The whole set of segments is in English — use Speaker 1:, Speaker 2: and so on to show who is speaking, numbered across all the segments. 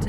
Speaker 1: to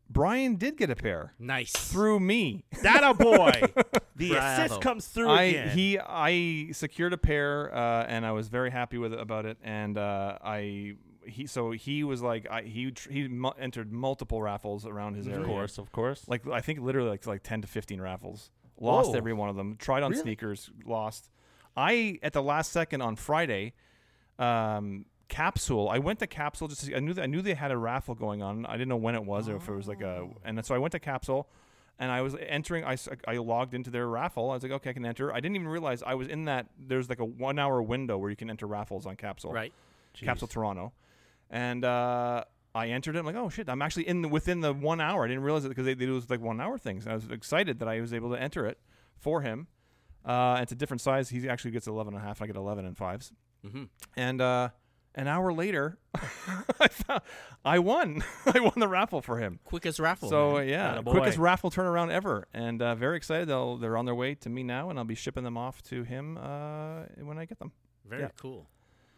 Speaker 2: Brian did get a pair
Speaker 3: Nice.
Speaker 2: through me.
Speaker 4: That a boy. The
Speaker 3: Bravo.
Speaker 4: assist comes through
Speaker 2: I
Speaker 4: again.
Speaker 2: he I secured a pair uh, and I was very happy with it, about it. And uh, I he so he was like I, he tr- he mu- entered multiple raffles around his area.
Speaker 4: of course, of course.
Speaker 2: like I think literally like like ten to fifteen raffles. Lost
Speaker 4: Whoa.
Speaker 2: every one of them. Tried on sneakers, lost. I at the last second on Friday, um, capsule. I went to capsule just to see, I knew that, I knew they had a raffle going on. I didn't know when it was or if it was like a
Speaker 4: Oh.
Speaker 2: and so I went to capsule. And I was entering. I, s- I logged into their raffle. I was like, okay, I can enter. I didn't even realize I was in that. There's like a one hour window where you can enter raffles on Capsule.
Speaker 3: Right.
Speaker 2: Capsule Toronto, and uh, I entered it. I'm like, oh shit, I'm actually in the, within the one hour. I didn't realize it because they, they do those like one hour things. And I was excited that I was able to enter it for him. Uh, it's a different size. He actually gets 11 and a half. And I get 11 and fives.
Speaker 3: Mhm.
Speaker 2: And uh, an hour later, I, found, I won. I won the raffle for him.
Speaker 3: Quickest raffle.
Speaker 2: So
Speaker 3: man.
Speaker 2: yeah,
Speaker 4: Attaboy.
Speaker 2: quickest raffle turnaround ever, and uh, very excited. They'll, they're on their way to me now, and I'll be shipping them off to him uh, when I get them.
Speaker 3: very
Speaker 2: yeah.
Speaker 3: cool.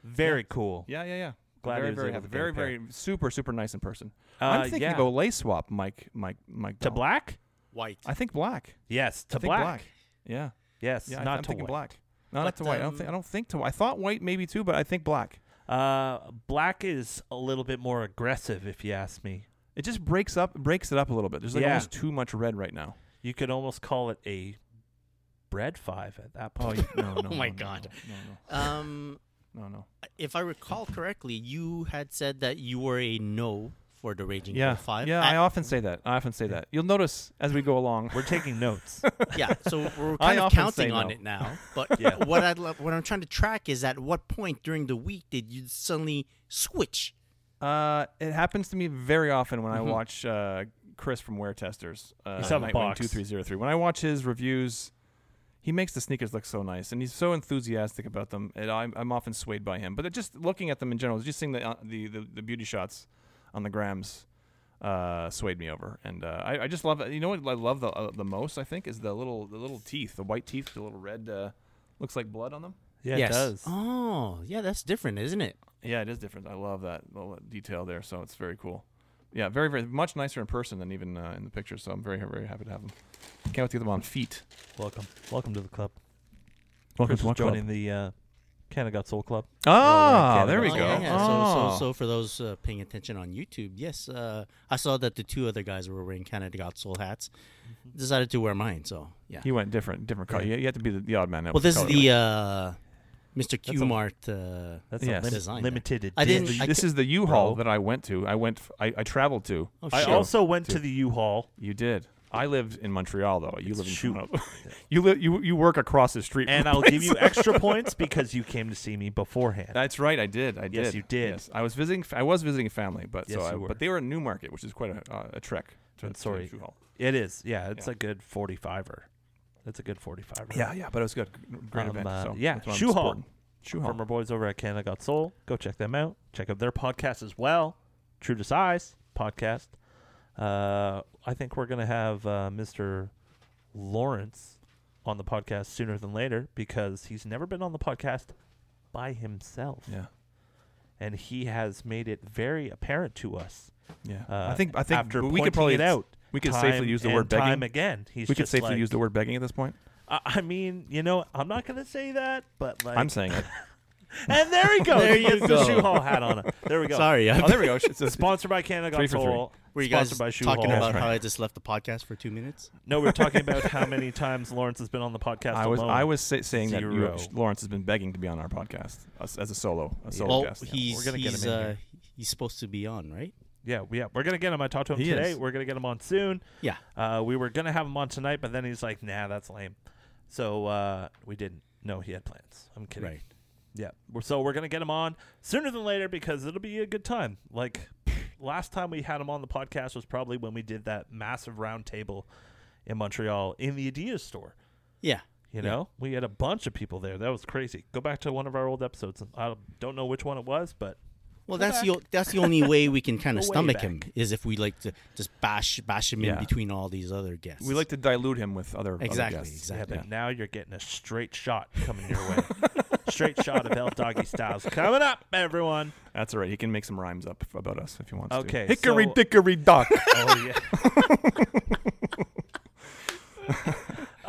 Speaker 4: Very cool.
Speaker 2: Yeah, yeah, yeah.
Speaker 4: Glad he
Speaker 2: very,
Speaker 4: was
Speaker 2: very,
Speaker 4: able
Speaker 2: happy.
Speaker 4: to get a
Speaker 2: very,
Speaker 4: pair.
Speaker 2: very super, super nice in person.
Speaker 4: Uh,
Speaker 2: I'm thinking
Speaker 4: yeah.
Speaker 2: of a lace swap, Mike, Mike, Mike.
Speaker 4: to
Speaker 2: Bell.
Speaker 4: black.
Speaker 3: White.
Speaker 2: I think black.
Speaker 4: Yes, to
Speaker 2: I think
Speaker 4: black.
Speaker 2: Yeah,
Speaker 4: Yes,
Speaker 2: yeah. I-
Speaker 4: not
Speaker 2: I'm
Speaker 4: to
Speaker 2: thinking
Speaker 4: white.
Speaker 2: black. No, not
Speaker 3: But,
Speaker 2: to white. I don't
Speaker 3: um,
Speaker 2: think. I don't think to. white. I thought white maybe too, but I think black.
Speaker 4: Uh, black is a little bit more aggressive, if you ask me.
Speaker 2: It just breaks up, breaks it up a little bit. There's like
Speaker 4: Yeah.
Speaker 2: almost too much red right now.
Speaker 4: You could almost call it a bread five at that
Speaker 2: Oh
Speaker 4: point.
Speaker 2: you, no, no.
Speaker 3: Oh my
Speaker 2: no, no,
Speaker 3: God.
Speaker 2: No,
Speaker 3: um,
Speaker 2: no, no. no.
Speaker 3: if I recall correctly, you had said that you were a no for the Raging
Speaker 2: Yeah,
Speaker 3: Bull Five. Uh,
Speaker 2: yeah.
Speaker 3: At-
Speaker 2: I often say that. I often say that. You'll notice as we go along.
Speaker 4: We're taking notes.
Speaker 3: yeah. So we're
Speaker 2: I
Speaker 3: kind of
Speaker 2: often
Speaker 3: counting
Speaker 2: say
Speaker 3: on
Speaker 2: no.
Speaker 3: it now. But what I love, what I'm trying to track is at what point during the week did you suddenly switch?
Speaker 2: Uh, it happens to me very often when
Speaker 4: Mm-hmm.
Speaker 2: I watch uh, Chris from Wear Testers. Uh,
Speaker 4: saw the
Speaker 2: Nightwing
Speaker 4: box.
Speaker 2: 2303. When I watch his reviews, he makes the sneakers look so nice, and he's so enthusiastic about them. And I'm, I'm often swayed by him. But it- just looking at them in general, just seeing the, uh, the, the the beauty shots on the grams, uh, swayed me over. And uh, I, I just love it. You know what I love the uh, the most? I think is the little the little teeth, the white teeth, the little red. Uh, looks like blood on them.
Speaker 4: Yeah, it
Speaker 3: yes.
Speaker 4: does.
Speaker 3: Oh, yeah. That's different, isn't it?
Speaker 2: Yeah, it is different. I love that little detail there. So it's very cool. Yeah, very, very much nicer in person than even uh, in the picture. So I'm very, very happy to have them. Can't wait to get them on feet.
Speaker 4: Welcome, welcome to the club.
Speaker 2: Welcome
Speaker 4: Chris is joining the uh, Canada Got Soul Club.
Speaker 2: Ah,
Speaker 4: Canada
Speaker 2: there we
Speaker 4: Got
Speaker 3: oh,
Speaker 2: go.
Speaker 4: Soul.
Speaker 3: Yeah, yeah. So,
Speaker 2: Oh.
Speaker 3: so, so for those uh, paying attention on YouTube, yes, uh, I saw that the two other guys were wearing Canada Got Soul hats.
Speaker 4: Mm-hmm.
Speaker 3: Decided to wear mine, so yeah.
Speaker 2: He went different, different color. You, you have to be the, the odd man. out
Speaker 3: well,
Speaker 2: with
Speaker 3: this is
Speaker 2: color,
Speaker 3: the uh, Mr.
Speaker 4: a-
Speaker 3: Q Mart. Uh,
Speaker 4: That's
Speaker 2: Yes.
Speaker 4: a lim-
Speaker 3: Design
Speaker 4: limited edition.
Speaker 3: I
Speaker 2: right?
Speaker 3: didn't-
Speaker 2: This,
Speaker 3: I
Speaker 2: this
Speaker 3: ca-
Speaker 2: is the U-Haul
Speaker 4: Bro.
Speaker 2: that I went to. I went. f- I, I traveled to.
Speaker 3: oh,
Speaker 4: I
Speaker 3: shit.
Speaker 4: also went to
Speaker 2: Dude.
Speaker 4: the U-Haul.
Speaker 2: You did. I lived in Montreal though. You live in
Speaker 4: shoot.
Speaker 2: Toronto. you live. You you work across the street. from
Speaker 4: And
Speaker 2: the
Speaker 4: I'll
Speaker 2: place.
Speaker 4: give you extra points because you came to see me beforehand.
Speaker 2: That's right. I did. I did.
Speaker 4: Yes, you did.
Speaker 2: Yes, I was visiting. I was visiting family, but so
Speaker 4: Yes,
Speaker 2: I,
Speaker 4: you were.
Speaker 2: but they were in Newmarket, which is quite a, uh, a trek. To,
Speaker 4: I'm
Speaker 2: to
Speaker 4: sorry.
Speaker 2: Shoe Hall.
Speaker 4: It is. Yeah, it's
Speaker 2: Yeah.
Speaker 4: a good 45er. That's a good 45er.
Speaker 2: Yeah, yeah, but it was good. Great
Speaker 4: Um,
Speaker 2: event.
Speaker 4: uh,
Speaker 2: so
Speaker 4: yeah,
Speaker 2: that's what I'm
Speaker 4: Shoe Hall.
Speaker 2: supporting. Shoe
Speaker 4: From
Speaker 2: Hall.
Speaker 4: our boys over at Canada Got Soul. Go check them out. Check out their podcast as well. True to Size podcast. Uh, I think we're going to have uh, Mr. Lawrence on the podcast sooner than later because he's never been on the podcast by himself.
Speaker 2: Yeah,
Speaker 4: And he has made it very apparent to us.
Speaker 2: yeah.
Speaker 4: Uh,
Speaker 2: I think I think
Speaker 4: after
Speaker 2: but we could
Speaker 4: pointing
Speaker 2: probably
Speaker 4: it out.
Speaker 2: We could
Speaker 4: time
Speaker 2: safely use the
Speaker 4: and
Speaker 2: word begging.
Speaker 4: time again. He's
Speaker 2: we could
Speaker 4: just
Speaker 2: safely
Speaker 4: like,
Speaker 2: use the word begging at this point.
Speaker 4: I, I mean, you know, I'm not gonna say that, but like,
Speaker 2: I'm saying it.
Speaker 4: and there he goes.
Speaker 3: There
Speaker 4: he
Speaker 3: you
Speaker 4: gets the
Speaker 3: go.
Speaker 4: shoe hall hat on. It. There we go.
Speaker 3: Sorry, I
Speaker 2: oh, there we go. It's a,
Speaker 4: Sponsored by Canada Got
Speaker 2: Three for three.
Speaker 4: Soul.
Speaker 3: were you guys
Speaker 4: Sponsored by Shoe
Speaker 3: talking
Speaker 4: Hall.
Speaker 3: about
Speaker 2: That's
Speaker 3: how
Speaker 2: right.
Speaker 3: I just left the podcast for two minutes?
Speaker 4: No, we were talking about how many times Lawrence has been on the podcast.
Speaker 2: I was
Speaker 4: alone.
Speaker 2: I was sa- saying that you,
Speaker 4: Zero.
Speaker 2: Lawrence has been begging to be on our podcast as, as a solo a solo
Speaker 3: well,
Speaker 2: guest.
Speaker 3: he's
Speaker 4: we're gonna get
Speaker 3: he's
Speaker 4: him in
Speaker 3: uh,
Speaker 4: here.
Speaker 3: he's supposed to be on, right?
Speaker 4: Yeah, we- yeah. We're gonna get him. I talked to him
Speaker 2: He
Speaker 4: today.
Speaker 2: is.
Speaker 4: We're gonna get him on soon.
Speaker 3: Yeah.
Speaker 4: Uh, we were gonna have him on tonight, but then he's like, "Nah, that's lame." So uh, we didn't. No, he had plans. I'm kidding.
Speaker 3: Right.
Speaker 4: Yeah. We're, so we're gonna get him on sooner than later because it'll be a good time. Like last time we had him on the podcast was probably when we did that massive round table in Montreal in the Adidas store.
Speaker 3: Yeah.
Speaker 4: You know, we had a bunch of people there. That was crazy. Go back to one of our old episodes. I don't know which one it was, but
Speaker 3: Well,
Speaker 4: Go
Speaker 3: that's the o- that's the only way we can kind
Speaker 4: Go
Speaker 3: of
Speaker 4: way
Speaker 3: stomach
Speaker 4: back.
Speaker 3: him is if we like to just bash bash him
Speaker 2: Yeah.
Speaker 3: in between all these other guests.
Speaker 2: we like to dilute him with other other
Speaker 3: Exactly,
Speaker 2: guests.
Speaker 4: yeah,
Speaker 3: exactly.
Speaker 4: but now you're getting a straight shot coming your way. straight shot of El Doggy Styles coming up, everyone.
Speaker 2: That's all right. He can make some rhymes up about us if he wants
Speaker 4: Okay,
Speaker 2: to. Hickory
Speaker 4: so-
Speaker 2: dickory dock.
Speaker 4: Oh yeah.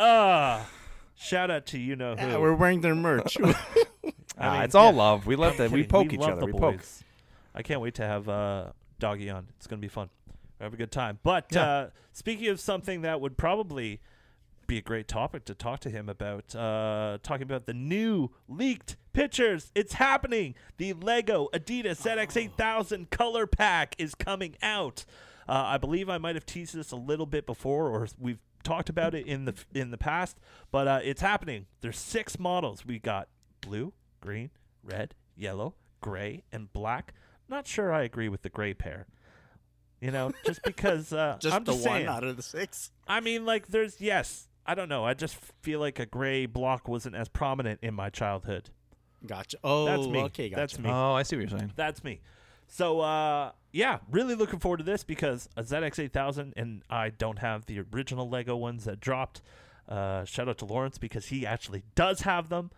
Speaker 4: Ah, shout out to you know who.
Speaker 3: Yeah, we're wearing their merch.
Speaker 4: I mean,
Speaker 2: ah, it's all
Speaker 4: yeah.
Speaker 2: love. We love that.
Speaker 4: Kidding.
Speaker 2: We poke each
Speaker 4: love
Speaker 2: other.
Speaker 4: the
Speaker 2: We poke.
Speaker 4: boys. I can't wait to have uh, Doggy on. It's gonna be fun. We have a good time. But
Speaker 2: Yeah.
Speaker 4: uh, speaking of something that would probably be a great topic to talk to him about, uh, talking about the new leaked pictures. It's happening. The Lego Adidas ZX8000 color pack is coming out. Uh, I believe I might have teased this a little bit before, or we've talked about it in the in the past. But uh, it's happening. There's six models. We got blue, green, red, yellow, gray, and black. Not sure I agree with the gray pair. You know, just because uh,
Speaker 3: Just
Speaker 4: I'm
Speaker 3: the
Speaker 4: just
Speaker 3: one
Speaker 4: saying.
Speaker 3: out of the six.
Speaker 4: I mean, like, there's yes. I don't know. I just feel like a gray block wasn't as prominent in my childhood.
Speaker 3: Gotcha. Oh,
Speaker 4: That's me.
Speaker 3: okay, gotcha.
Speaker 4: That's me.
Speaker 2: Oh, I see what you're saying.
Speaker 4: That's me. So uh, yeah, really looking forward to this because a ZX8000, and I don't have the original Lego ones that dropped. Uh, shout out to Lawrence because he actually does have them,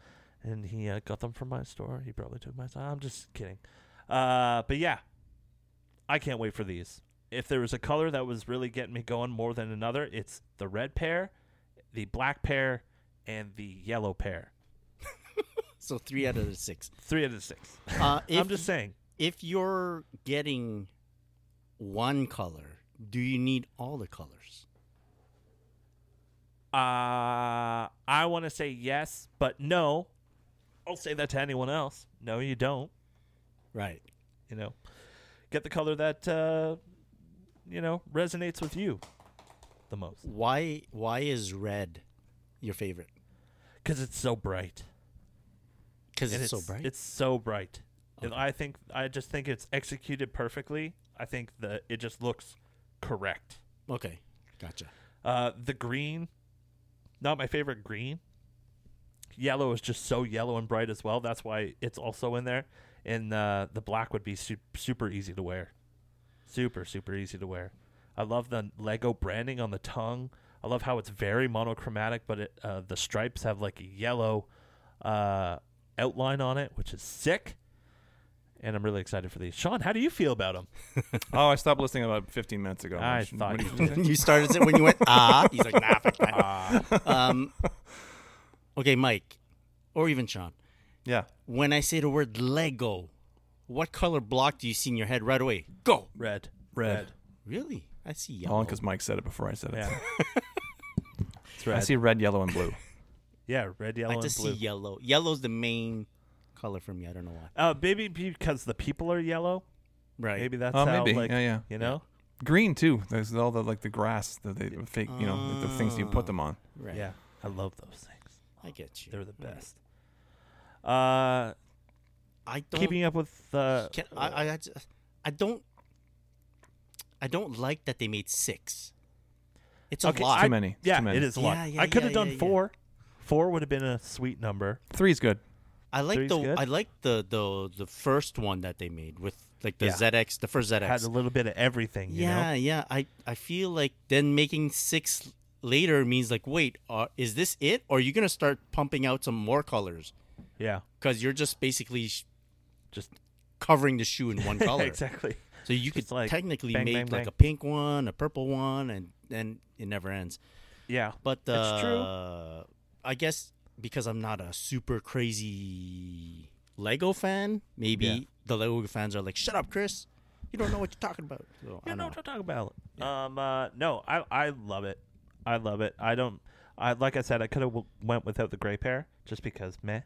Speaker 4: and he uh, got them from my store. He probably took my. I'm just kidding. Uh, but yeah, I can't wait for these. If there was a color that was really getting me going more than another, it's the red pair, the black pair, and the yellow pair.
Speaker 3: So three out of the six.
Speaker 4: Three out of the six.
Speaker 3: Uh, if,
Speaker 4: I'm just saying.
Speaker 3: if you're getting one color, do you need all the colors?
Speaker 4: Uh, I want to say yes, but no. I'll say that to anyone else. No, you don't.
Speaker 3: Right.
Speaker 4: You know, get the color that uh, you know resonates with you the most
Speaker 3: Why why is red your favorite?
Speaker 4: because it's so bright.
Speaker 3: Because
Speaker 4: And
Speaker 3: it's, so bright.
Speaker 4: It's so bright. And I think I just think it's executed perfectly. I think that it just looks correct.
Speaker 3: okay, gotcha.
Speaker 4: Uh, the green, not my favorite green. Yellow is just so yellow and bright as well. That's why it's also in there. And uh, the black would be su- super easy to wear. Super, super easy to wear. I love the Lego branding on the tongue. I love how it's very monochromatic, but it, uh, the stripes have like a yellow uh, outline on it, which is sick. And I'm really excited for these. Sean, how do you feel about them?
Speaker 2: Oh, I stopped listening about 15 minutes ago.
Speaker 4: I
Speaker 2: What did
Speaker 4: thought
Speaker 2: you
Speaker 4: you
Speaker 2: say?
Speaker 3: you started it when you went ah. He's like nah. Fuck that. Um, okay, Mike, or even Sean.
Speaker 2: Yeah.
Speaker 3: When I say the word Lego, what color block do you see in your head right away? Go.
Speaker 4: Red.
Speaker 2: Red.
Speaker 3: Really? I see yellow.
Speaker 2: All because Mike said it before I said it.
Speaker 4: Yeah. it's
Speaker 2: I
Speaker 4: red.
Speaker 2: see red, yellow, and blue.
Speaker 4: Yeah, red, yellow,
Speaker 3: I
Speaker 4: and
Speaker 3: just
Speaker 4: blue.
Speaker 3: see yellow. Yellow's the main color for me. I don't know why.
Speaker 4: Uh, maybe because the people are yellow.
Speaker 3: Right.
Speaker 4: Maybe that's
Speaker 2: Oh,
Speaker 4: how.
Speaker 2: maybe.
Speaker 4: Like,
Speaker 2: Yeah, yeah.
Speaker 4: You know.
Speaker 2: Green too. There's all the like the grass that they fake, you know, like, the things you put them on.
Speaker 3: Right.
Speaker 4: Yeah. I love those things.
Speaker 3: I get you.
Speaker 4: They're the
Speaker 3: All right.
Speaker 4: best. Uh,
Speaker 3: I don't.
Speaker 4: keeping up with. Uh,
Speaker 3: Can, I, I, I just- I don't. I don't like that they made six. It's a
Speaker 4: okay,
Speaker 3: lot.
Speaker 4: I-
Speaker 2: Too many. It's
Speaker 4: Yeah,
Speaker 2: too many.
Speaker 4: it is a lot.
Speaker 3: Yeah, yeah,
Speaker 4: I could
Speaker 3: yeah,
Speaker 4: have done
Speaker 3: yeah, yeah.
Speaker 4: four. Four would have been a sweet number.
Speaker 2: Three's good.
Speaker 3: I like
Speaker 4: Three's
Speaker 3: the
Speaker 4: good.
Speaker 3: I like the the the first one that they made with like the
Speaker 4: Yeah.
Speaker 3: ZX, the first ZX.
Speaker 4: Had a little bit of everything. You
Speaker 3: yeah,
Speaker 4: Know?
Speaker 3: yeah. I I feel like then making six later means like wait, uh, is this it? Or are you gonna start pumping out some more colors?
Speaker 4: Yeah.
Speaker 3: Because you're just basically sh-
Speaker 4: Just
Speaker 3: covering the shoe in one color.
Speaker 4: exactly.
Speaker 3: So you could
Speaker 4: Just like
Speaker 3: technically
Speaker 4: bang,
Speaker 3: make
Speaker 4: bang,
Speaker 3: like
Speaker 4: bang.
Speaker 3: a pink one, a purple one, and then it never ends.
Speaker 4: Yeah.
Speaker 3: But uh,
Speaker 4: It's true.
Speaker 3: I guess because I'm not a super crazy Lego fan, maybe
Speaker 4: Yeah.
Speaker 3: the Lego fans are like, "Shut up, Chris! You don't know what you're talking about." So, I
Speaker 4: You
Speaker 3: don't
Speaker 4: know
Speaker 3: know.
Speaker 4: what I'm talking about. Um, uh, no, I I love it. I love it. I don't. I like I said, I could have w- went without the gray pair just because meh,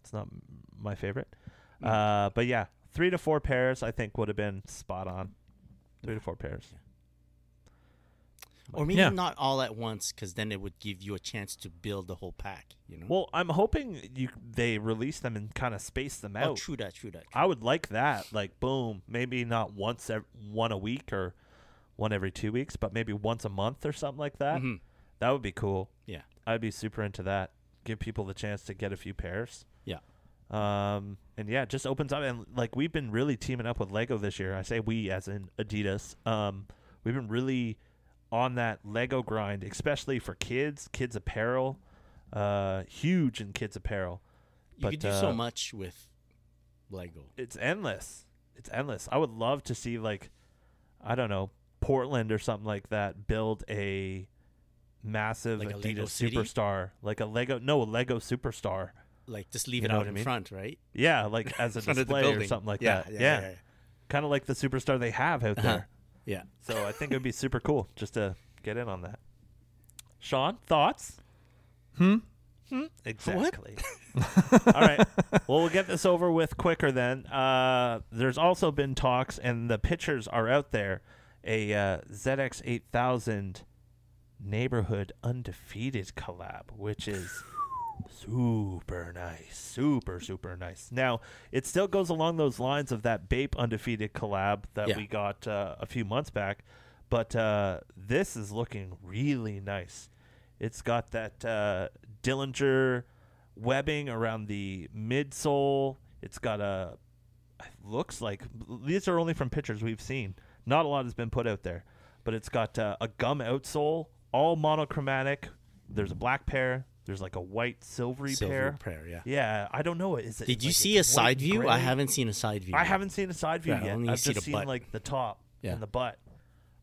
Speaker 4: it's not m- my favorite.
Speaker 3: Mm.
Speaker 4: Uh, but yeah, three to four pairs I think would have been spot on. Three to four pairs.
Speaker 3: or maybe
Speaker 2: Yeah.
Speaker 3: not all at once, because then it would give you a chance to build the whole pack. You know?
Speaker 4: Well, I'm hoping you they release them and kind of space them
Speaker 3: oh,
Speaker 4: out.
Speaker 3: true that, true that.
Speaker 4: I would like that. Like boom, maybe not once ev- one a week or one every two weeks, but maybe once a month or something like that.
Speaker 3: Mhm.
Speaker 4: That would be cool.
Speaker 3: Yeah,
Speaker 4: I'd be super into that. Give people the chance to get a few pairs.
Speaker 3: yeah.
Speaker 4: Um, and yeah, it just opens up. And like, we've been really teaming up with Lego this year. I say we as in Adidas. Um, we've been really on that Lego grind, especially for kids, kids apparel. Uh, huge in kids apparel.
Speaker 3: You
Speaker 4: But,
Speaker 3: could do so
Speaker 4: uh,
Speaker 3: much with Lego.
Speaker 4: It's endless. It's endless. I would love to see like, I don't know, Portland or something like that build a massive
Speaker 3: Like a Lego
Speaker 4: Adidas
Speaker 3: City?
Speaker 4: superstar, like a Lego, no, a Lego superstar.
Speaker 3: Like just leave
Speaker 4: you
Speaker 3: it
Speaker 4: know
Speaker 3: out
Speaker 4: what I
Speaker 3: in
Speaker 4: mean?
Speaker 3: front, right?
Speaker 4: Yeah, like as a
Speaker 3: Front of the
Speaker 4: display or
Speaker 3: building.
Speaker 4: something like
Speaker 3: Yeah,
Speaker 4: that. Yeah,
Speaker 3: yeah, yeah, yeah.
Speaker 4: kind of like the superstar they have out
Speaker 3: Uh-huh.
Speaker 4: there.
Speaker 3: Yeah.
Speaker 4: So I think it would be super cool just to get in on that. Sean, thoughts? Hmm. Hmm. Exactly. All right. Well, we'll get this over with quicker then. Uh, there's also been talks, and the pictures are out there. A uh, ZX eight thousand neighborhood undefeated collab, which is super nice, super super nice. Now it still goes along those lines of that Bape undefeated collab that
Speaker 3: Yeah.
Speaker 4: we got uh, a few months back, but uh, this is looking really nice. It's got that uh, Dillinger webbing around the midsole. It's got a looks like these are only from pictures we've seen. Not a lot has been put out there, but it's got uh, a gum outsole, all monochromatic. There's a black pair. There's like a white silvery
Speaker 3: Silver
Speaker 4: pair.
Speaker 3: prayer, yeah.
Speaker 4: Yeah, I don't know. Is it?
Speaker 3: Did you
Speaker 4: like,
Speaker 3: see a
Speaker 4: it's
Speaker 3: side
Speaker 4: white,
Speaker 3: view? I
Speaker 4: gray?
Speaker 3: haven't seen a side view.
Speaker 4: I
Speaker 3: yet.
Speaker 4: haven't seen a side view
Speaker 3: Yeah,
Speaker 4: yet.
Speaker 3: only
Speaker 4: I've
Speaker 3: see
Speaker 4: just
Speaker 3: the
Speaker 4: seen
Speaker 3: butt.
Speaker 4: like the top
Speaker 3: Yeah.
Speaker 4: and the butt.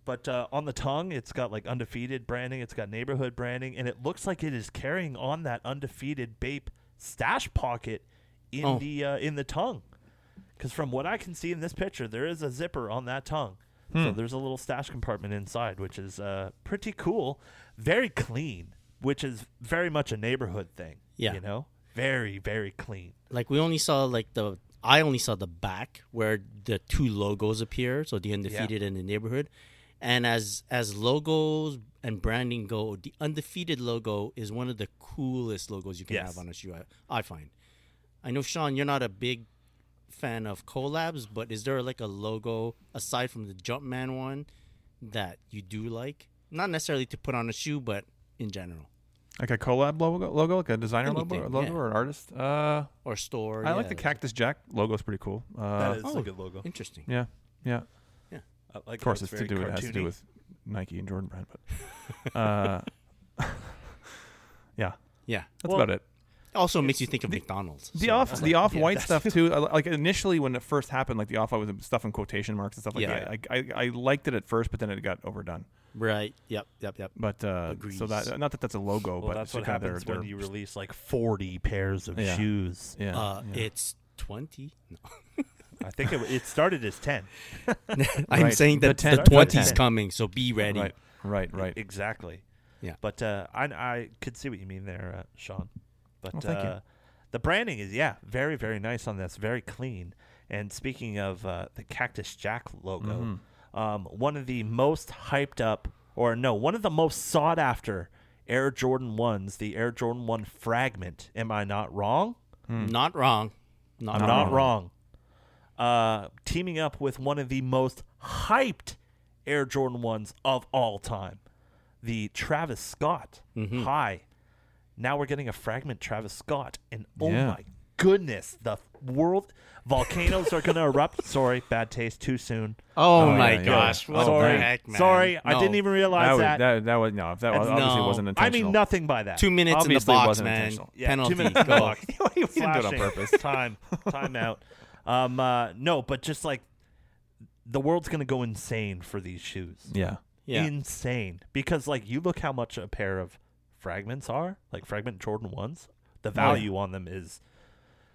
Speaker 4: But uh, on the tongue, it's got like undefeated branding. It's got neighborhood branding, and it looks like it is carrying on that undefeated Bape stash pocket in
Speaker 3: Oh.
Speaker 4: the uh, in the tongue. Because from what I can see in this picture, there is a zipper on that tongue. So
Speaker 3: Hmm.
Speaker 4: there's a little stash compartment inside, which is uh, pretty cool. Very clean, which is very much a neighborhood thing.
Speaker 3: Yeah.
Speaker 4: you know, very very clean.
Speaker 3: Like we only saw like the I only saw the back where the two logos appear, so the undefeated and the neighborhood. And as as logos and branding go, the undefeated logo is one of the coolest logos you can
Speaker 4: Yes.
Speaker 3: have on a shoe. I, I find. I know Sean, you're not a big fan of collabs, but is there like a logo aside from the Jumpman one that you do like? Not necessarily to put on a shoe, but in general
Speaker 2: Like a collab logo, logo like a designer
Speaker 3: Anything,
Speaker 2: logo, logo
Speaker 3: yeah.
Speaker 2: or an artist. Uh,
Speaker 3: or store.
Speaker 2: I like the
Speaker 3: yeah.
Speaker 2: Cactus Jack logo's pretty cool. Uh,
Speaker 4: that is
Speaker 3: oh.
Speaker 4: a good logo.
Speaker 3: Interesting.
Speaker 2: yeah, yeah.
Speaker 4: I Uh, like
Speaker 2: Of course,
Speaker 4: how
Speaker 2: it's, to
Speaker 4: very
Speaker 2: do. It has to do
Speaker 4: cartoony.
Speaker 2: with Nike and Jordan Brand, but uh, yeah,
Speaker 3: Yeah.
Speaker 2: that's
Speaker 4: Well,
Speaker 2: about it.
Speaker 3: Also makes you think of McDonald's.
Speaker 2: The
Speaker 3: so-
Speaker 2: off the off white
Speaker 4: that's-
Speaker 2: stuff too. I li- Like initially when it first happened, like the off white was stuff in quotation marks and stuff like
Speaker 3: Yeah.
Speaker 2: that. I, I I liked it at first, but then it got overdone.
Speaker 3: Right. Yep. Yep. Yep.
Speaker 2: But uh,
Speaker 3: Agrees.
Speaker 2: so that not that that's a logo,
Speaker 4: Well,
Speaker 2: but
Speaker 4: that's
Speaker 2: it's
Speaker 4: what
Speaker 2: kind of their-
Speaker 4: happens
Speaker 2: their-
Speaker 4: when you release like 40 pairs of
Speaker 2: Yeah.
Speaker 4: shoes.
Speaker 2: yeah.
Speaker 3: Uh,
Speaker 2: yeah.
Speaker 3: It's twenty. No.
Speaker 4: I think it, it started as E-, 10.
Speaker 3: I'm
Speaker 2: Right.
Speaker 3: saying
Speaker 2: The
Speaker 3: that the
Speaker 2: 10.
Speaker 3: twenties
Speaker 4: Right.
Speaker 3: coming, so be ready.
Speaker 2: right, right, right.
Speaker 4: Exactly.
Speaker 3: Yeah.
Speaker 4: But uh, I, I could see what you mean there, uh, Sean. But
Speaker 2: Well, thank you.
Speaker 4: uh, the branding is, yeah, very, very nice on this, very clean. And speaking of uh, the Cactus Jack logo,
Speaker 2: Mm-hmm.
Speaker 4: um, one of the most hyped up, or no, one of the most sought after Air Jordan 1s, the Air Jordan 1 fragment. Am I not wrong?
Speaker 2: Hmm.
Speaker 3: Not wrong. Not
Speaker 4: I'm
Speaker 3: wrong.
Speaker 4: not wrong. Uh, teaming up with one of the most hyped Air Jordan ones of all time, the Travis Scott
Speaker 2: Mm-hmm.
Speaker 4: High. Now we're getting a fragment Travis Scott, and oh
Speaker 2: Yeah.
Speaker 4: my goodness, the world volcanoes are gonna erupt. Sorry, bad taste too soon.
Speaker 3: Oh,
Speaker 2: Oh,
Speaker 3: my
Speaker 2: yeah, yeah.
Speaker 3: gosh! What
Speaker 2: Sorry.
Speaker 3: the heck, man?
Speaker 4: Sorry, I
Speaker 3: No.
Speaker 4: didn't even realize
Speaker 2: That, was,
Speaker 4: that.
Speaker 2: that that was no. That was,
Speaker 3: That's-
Speaker 2: obviously
Speaker 3: no.
Speaker 2: wasn't
Speaker 4: I
Speaker 2: intentional.
Speaker 4: mean nothing by that.
Speaker 3: Two minutes in the
Speaker 2: Obviously
Speaker 3: box,
Speaker 2: wasn't
Speaker 3: man.
Speaker 2: intentional.
Speaker 4: Yeah,
Speaker 3: Penalty.
Speaker 4: Two minutes in the
Speaker 3: Go.
Speaker 4: box.
Speaker 2: He didn't do it on
Speaker 4: Slashing.
Speaker 2: purpose.
Speaker 4: Time, time out. Um, uh, no, but just like the world's gonna go insane for these shoes.
Speaker 2: Yeah.
Speaker 3: Yeah.
Speaker 4: Insane because like you look how much a pair of fragments are, like fragment Jordan ones.
Speaker 2: Oh,
Speaker 4: The value on them is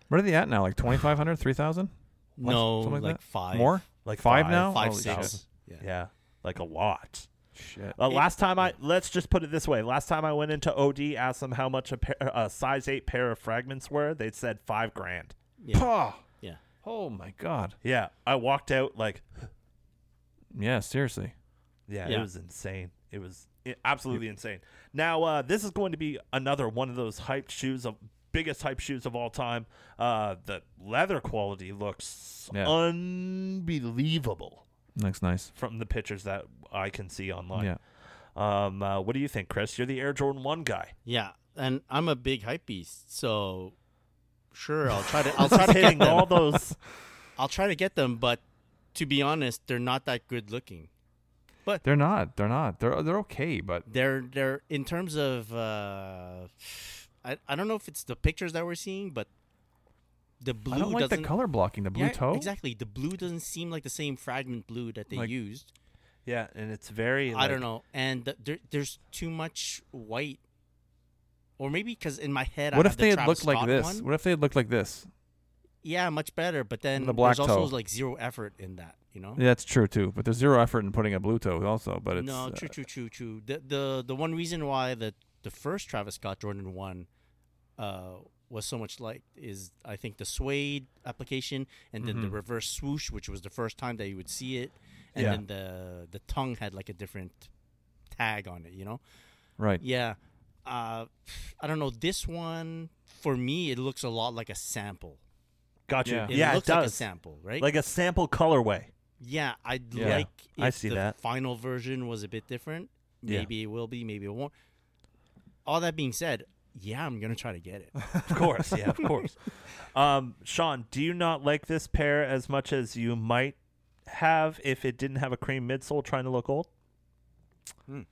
Speaker 2: What are they at now? Like 2,500, 3,000? What?
Speaker 3: no,
Speaker 2: Something
Speaker 3: like,
Speaker 2: that?
Speaker 3: five.
Speaker 2: More?
Speaker 4: Like
Speaker 2: five,
Speaker 4: five.
Speaker 2: now?
Speaker 3: Five
Speaker 2: Holy
Speaker 3: six. Yeah.
Speaker 4: yeah, like a lot.
Speaker 2: Shit. Shit.
Speaker 4: Uh, last time I let's just put it this way. Last time I went into OD, asked them how much a, pair, a size eight pair of fragments were. They said five grand.
Speaker 3: Yeah.
Speaker 2: Pah!
Speaker 3: Yeah.
Speaker 2: Oh my god.
Speaker 4: Yeah, I walked out like
Speaker 2: Yeah, seriously.
Speaker 4: Yeah, it
Speaker 3: Yeah.
Speaker 4: was insane. It was i- absolutely insane. Now, uh, this is going to be another one of those hyped shoes of biggest hype shoes of all time. Uh, the leather quality looks
Speaker 2: Yeah.
Speaker 4: unbelievable
Speaker 2: Looks nice.
Speaker 4: from the pictures that I can see online.
Speaker 2: Yeah.
Speaker 4: Um, uh, what do you think, Chris? You're the Air Jordan One guy.
Speaker 3: Yeah. And I'm a big hype beast, so sure, I'll try to. I'll try to get
Speaker 4: hitting
Speaker 3: them.
Speaker 4: all those.
Speaker 3: I'll try to get them, but to be honest, they're not that good looking.
Speaker 2: They're not. They're not. They're they're okay, but
Speaker 3: they're they're in terms of uh I, I don't know if it's the pictures that we're seeing, but the blue
Speaker 2: I don't like the
Speaker 3: doesn't
Speaker 2: color blocking, the blue
Speaker 3: Yeah,
Speaker 2: toe.
Speaker 3: Exactly. The blue doesn't seem like the same fragment blue that they
Speaker 2: Like,
Speaker 3: used.
Speaker 4: Yeah, and it's very.
Speaker 3: I
Speaker 4: like-
Speaker 3: don't know. And th- there, there's too much white. Or maybe because in my head,
Speaker 2: What
Speaker 3: I
Speaker 2: if
Speaker 3: have
Speaker 2: they
Speaker 3: the
Speaker 2: had
Speaker 3: Travis
Speaker 2: looked like
Speaker 3: Scott
Speaker 2: this?
Speaker 3: one.
Speaker 2: What if they had looked like this?
Speaker 3: Yeah, much better. But then
Speaker 2: The black
Speaker 3: there's also
Speaker 2: toe.
Speaker 3: like zero effort in that. You know?
Speaker 2: Yeah, that's true too. But there's zero effort in putting a blue toe also, but it's
Speaker 3: no,
Speaker 2: uh,
Speaker 3: true, true, true, true. The the the one reason why the the first Travis Scott Jordan one uh, was so much liked is I think the suede application and then the reverse swoosh, which was the first time that you would see it, and
Speaker 2: Mm-hmm. Yeah.
Speaker 3: then the the tongue had like a different tag on it. You know,
Speaker 2: right.
Speaker 3: yeah. Uh, I don't know. This one for me, it looks a lot like a sample.
Speaker 4: Got you. Yeah,
Speaker 2: Yeah.
Speaker 3: It
Speaker 4: it,
Speaker 3: looks like a
Speaker 4: does.
Speaker 3: sample, right?
Speaker 4: Like a sample colorway.
Speaker 3: yeah, I'd
Speaker 2: Yeah.
Speaker 3: like. If
Speaker 4: I see
Speaker 3: the
Speaker 4: that.
Speaker 3: Final version was a bit different.
Speaker 4: Yeah.
Speaker 3: Maybe it will be. Maybe it won't. All that being said, yeah, I'm gonna try to get it.
Speaker 4: Of course, yeah, of course. Um, Sean, do you not like this pair as much as you might have if it didn't have a cream midsole trying to look old?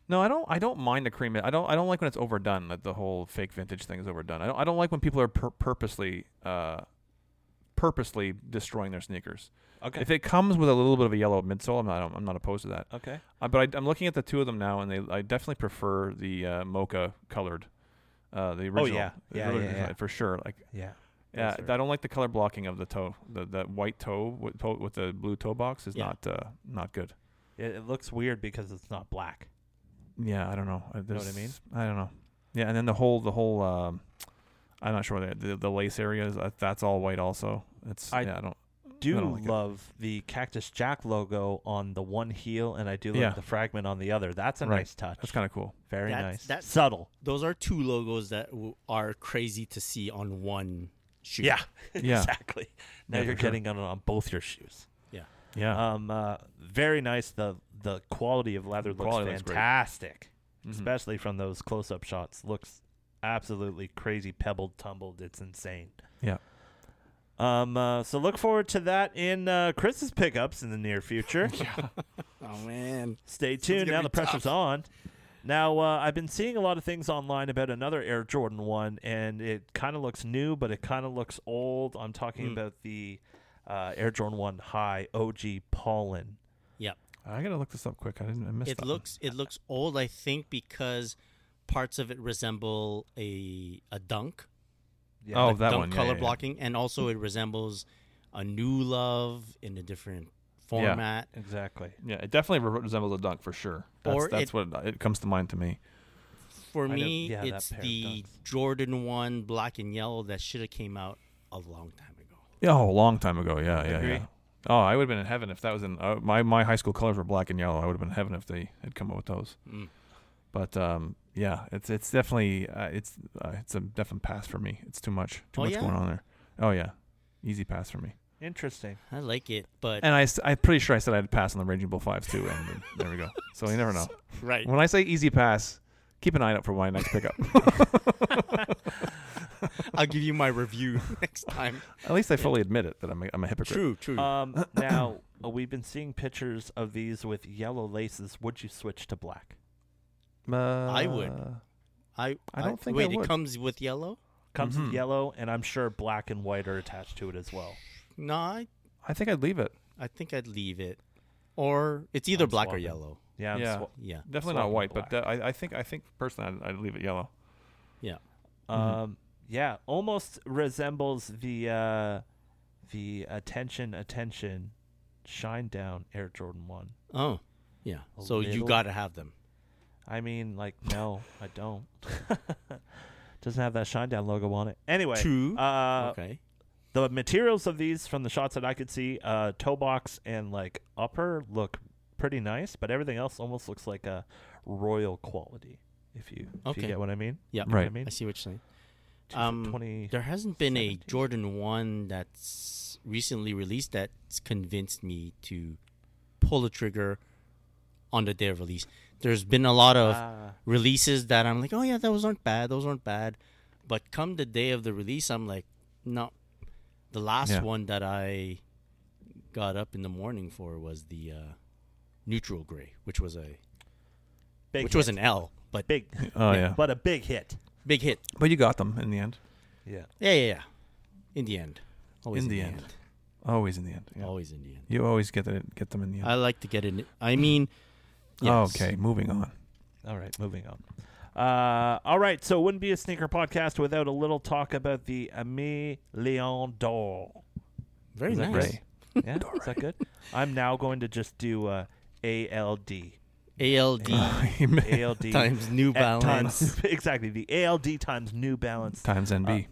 Speaker 2: No, I don't. I don't mind the cream. I don't. I don't like when it's overdone. That the whole fake vintage thing is overdone. I don't. I don't like when people are pur- purposely, uh, purposely destroying their sneakers.
Speaker 4: Okay.
Speaker 2: If it comes with a little bit of a yellow midsole, I'm not. I'm not opposed to that.
Speaker 4: Okay.
Speaker 2: Uh, but I, I'm looking at the two of them now, and they. I definitely prefer the uh, mocha colored. Uh, the original.
Speaker 4: yeah.
Speaker 2: the
Speaker 4: Yeah,
Speaker 2: original
Speaker 4: yeah, yeah.
Speaker 2: design, For sure. Like.
Speaker 4: Yeah.
Speaker 2: Yeah,
Speaker 4: That's
Speaker 2: I don't like the color blocking of the toe. The that white toe with, toe with the blue toe box is
Speaker 3: Yeah.
Speaker 2: not uh, not good.
Speaker 4: It, it looks weird because it's not black.
Speaker 2: Yeah, I don't know. I, know
Speaker 4: what I mean?
Speaker 2: I don't know. Yeah, and then the whole the whole um, I'm not sure that the, the lace areas uh, that's all white also. It's
Speaker 4: I-
Speaker 2: yeah, I don't.
Speaker 4: Do
Speaker 2: don't like it.
Speaker 4: love the Cactus Jack logo on the one heel, and I do like
Speaker 2: Yeah.
Speaker 4: the fragment on the other. That's a
Speaker 2: Right.
Speaker 4: nice touch.
Speaker 2: That's kind of cool.
Speaker 4: very
Speaker 3: That's-
Speaker 4: nice.
Speaker 3: that's-
Speaker 4: Subtle.
Speaker 3: Those are two logos that w- are crazy to see on one shoe.
Speaker 4: Yeah.
Speaker 2: Yeah.
Speaker 4: exactly. Now
Speaker 2: Yeah,
Speaker 4: you're
Speaker 2: for sure.
Speaker 4: getting it on both your shoes.
Speaker 3: yeah.
Speaker 2: Yeah,
Speaker 4: Um, uh, very nice. The the quality of leather looks
Speaker 2: Quality looks great.
Speaker 4: fantastic, especially from those close up shots. Looks absolutely crazy, pebbled, tumbled. It's insane.
Speaker 2: yeah.
Speaker 4: Um, uh, so look forward to that in uh, Chris's pickups in the near future.
Speaker 3: Oh man.
Speaker 4: Stay tuned.
Speaker 3: gonna
Speaker 4: Now
Speaker 3: be
Speaker 4: the pressure's on. Now uh, I've been seeing a lot of things online about another Air Jordan one, and it kind of looks new, but it kind of looks old. I'm talking about the uh, Air Jordan One High OG Pollen.
Speaker 3: Yep.
Speaker 2: I gotta look this up quick. I didn't. I missed
Speaker 3: It
Speaker 2: that one.
Speaker 3: looks it looks old, I think, because parts of it resemble a a dunk.
Speaker 4: Yeah,
Speaker 2: oh,
Speaker 3: like
Speaker 2: that
Speaker 3: dunk
Speaker 2: one. yeah,
Speaker 3: color
Speaker 2: yeah, yeah.
Speaker 3: blocking, and also it resembles a new love in a different format.
Speaker 4: Exactly.
Speaker 2: Yeah, it definitely re- resembles a dunk for sure. That's,
Speaker 3: Or
Speaker 2: that's
Speaker 3: it-
Speaker 2: what it, it comes to mind to me.
Speaker 3: For
Speaker 4: know-
Speaker 3: me,
Speaker 4: yeah, that
Speaker 3: it's
Speaker 4: pair of
Speaker 3: the
Speaker 4: dunks.
Speaker 3: Jordan One black and yellow that should have came out a long time ago.
Speaker 2: Yeah, oh, a long time ago. Yeah, yeah,
Speaker 4: Agree.
Speaker 2: yeah. Oh, I would have been in heaven if that was in uh, my my high school colors were black and yellow. I would have been in heaven if they had come up with those.
Speaker 3: Mm.
Speaker 2: But um, yeah, it's it's definitely uh, it's uh, it's a definite pass for me. It's too much, too
Speaker 3: Oh,
Speaker 2: much
Speaker 3: yeah?
Speaker 2: going on there. Oh yeah, easy pass for me.
Speaker 4: Interesting.
Speaker 3: I like it, but
Speaker 2: And I am pretty sure I said I'd pass on the Raging Bull fives too. And then there we go. So you never know.
Speaker 3: right.
Speaker 2: When I say easy pass, keep an eye out for my next pickup.
Speaker 3: I'll give you my review next time.
Speaker 2: At least I fully admit it that I'm a, I'm a hypocrite.
Speaker 3: True, true.
Speaker 4: Um, now uh, we've been seeing pictures of these with yellow laces. Would you switch to black?
Speaker 3: I would.
Speaker 2: Uh,
Speaker 3: I
Speaker 2: I don't think I
Speaker 3: wait.
Speaker 2: would.
Speaker 3: It comes with yellow.
Speaker 4: Comes with
Speaker 2: Mhm.
Speaker 4: yellow, and I'm sure black and white are attached to it as well.
Speaker 3: No, I,
Speaker 2: I think I'd leave it.
Speaker 3: I think I'd leave it, or it's either
Speaker 4: I'm
Speaker 3: black or
Speaker 4: swapping.
Speaker 3: yellow.
Speaker 4: Yeah. I'm
Speaker 2: Yeah.
Speaker 4: swa-
Speaker 3: Yeah,
Speaker 2: Definitely
Speaker 4: Swap
Speaker 2: not
Speaker 4: with
Speaker 2: white,
Speaker 4: black.
Speaker 2: but de- I, I think I think personally I'd, I'd leave it yellow.
Speaker 3: yeah.
Speaker 4: Um, yeah. Almost resembles the uh, the attention, attention, shine down Air Jordan One.
Speaker 3: Oh, yeah.
Speaker 4: A
Speaker 3: so you
Speaker 4: little-
Speaker 3: gotta have them.
Speaker 4: I mean, like, no, I don't. Doesn't have that shine down logo on it. Anyway,
Speaker 3: True.
Speaker 4: Uh,
Speaker 3: okay.
Speaker 4: the materials of these from the shots that I could see, uh, toe box and like upper look pretty nice, but everything else almost looks like a royal quality. If you, if you
Speaker 3: Okay.
Speaker 4: get what I mean,
Speaker 3: Yeah.
Speaker 4: You know what I
Speaker 2: Right.
Speaker 4: mean,
Speaker 3: I see what you're saying.
Speaker 4: Two-
Speaker 3: Um,
Speaker 4: twenty.
Speaker 3: There hasn't been a
Speaker 4: 17.
Speaker 3: Jordan 1 that's recently released that's convinced me to pull the trigger on the day of release. There's been a
Speaker 2: Uh,
Speaker 3: lot of
Speaker 4: Ah.
Speaker 3: releases that I'm like, oh yeah, those aren't bad, those aren't bad. But come the day of the release, I'm like, no. The last
Speaker 2: Yeah.
Speaker 3: one that I got up in the morning for was the uh, neutral gray, which was a
Speaker 4: Big
Speaker 3: which
Speaker 4: hit.
Speaker 3: was an L, but big,
Speaker 4: big,
Speaker 2: Oh yeah.
Speaker 4: but a big hit.
Speaker 3: big hit.
Speaker 2: But you got them in the end.
Speaker 4: Yeah.
Speaker 3: Yeah, yeah, yeah. In the end, always
Speaker 2: In
Speaker 3: in,
Speaker 2: the
Speaker 3: the,
Speaker 2: end. Always in the end. yeah.
Speaker 3: always in the end.
Speaker 2: You always get that get them in the end.
Speaker 3: I like to get in. I mean,
Speaker 2: Oh,
Speaker 3: yes.
Speaker 2: okay, moving on.
Speaker 4: All right, moving on. Uh, all right, so it wouldn't be a sneaker podcast without a little talk about the Ami Leon d'Or.
Speaker 3: very
Speaker 4: Is that
Speaker 3: nice.
Speaker 4: great? Yeah, is that good? I'm now going to just do uh, ALD.
Speaker 3: ALD
Speaker 4: ALD
Speaker 3: times New
Speaker 4: at
Speaker 3: Balance.
Speaker 4: times exactly the ALD times New Balance.
Speaker 2: Times NB.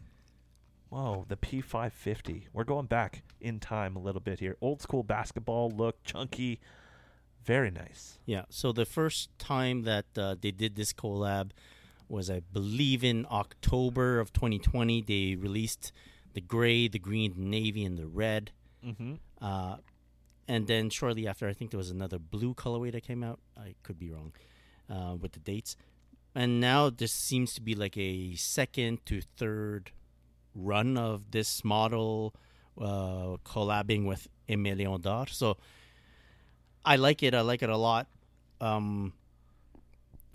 Speaker 4: Whoa, the P550. We're going back in time a little bit here. Old school basketball look, chunky, very nice.
Speaker 3: Yeah. So the first time that uh, they did this collab was I believe in October of 2020 they released the gray, the green, the navy, and the red. Mm-hmm. Uh, and then shortly after, I think there was another blue colorway that came out. I could be wrong uh, with the dates. And now this seems to be like a second to third run of this model uh, collabing with Emilion Dar. So I like it. I like it a lot. Um,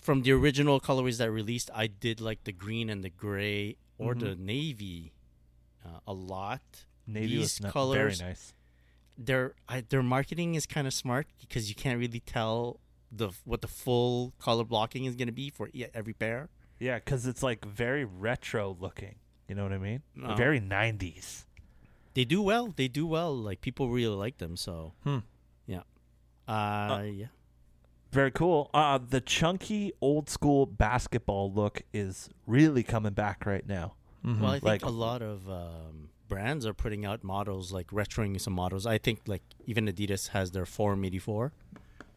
Speaker 3: from the original colorways that released, I did like the green and the gray
Speaker 4: Mm-hmm.
Speaker 3: or the navy uh, a lot.
Speaker 4: Navy
Speaker 3: These
Speaker 4: was not very
Speaker 3: colors,
Speaker 4: nice.
Speaker 3: their I, their marketing is kind of smart because you can't really tell the what the full color blocking is going to be for e- every pair.
Speaker 4: Yeah, because it's like very retro looking. You know what I mean?
Speaker 3: No.
Speaker 4: Very 90s.
Speaker 3: They do well. They do well. Like people really like them. So
Speaker 4: Hmm.
Speaker 3: yeah, uh, yeah.
Speaker 4: Very cool. Uh, the chunky old school basketball look is really coming back right now.
Speaker 3: Well, I think
Speaker 4: Like-
Speaker 3: a lot of um, brands are putting out models like retroing some models. I think like even Adidas has their Form 84.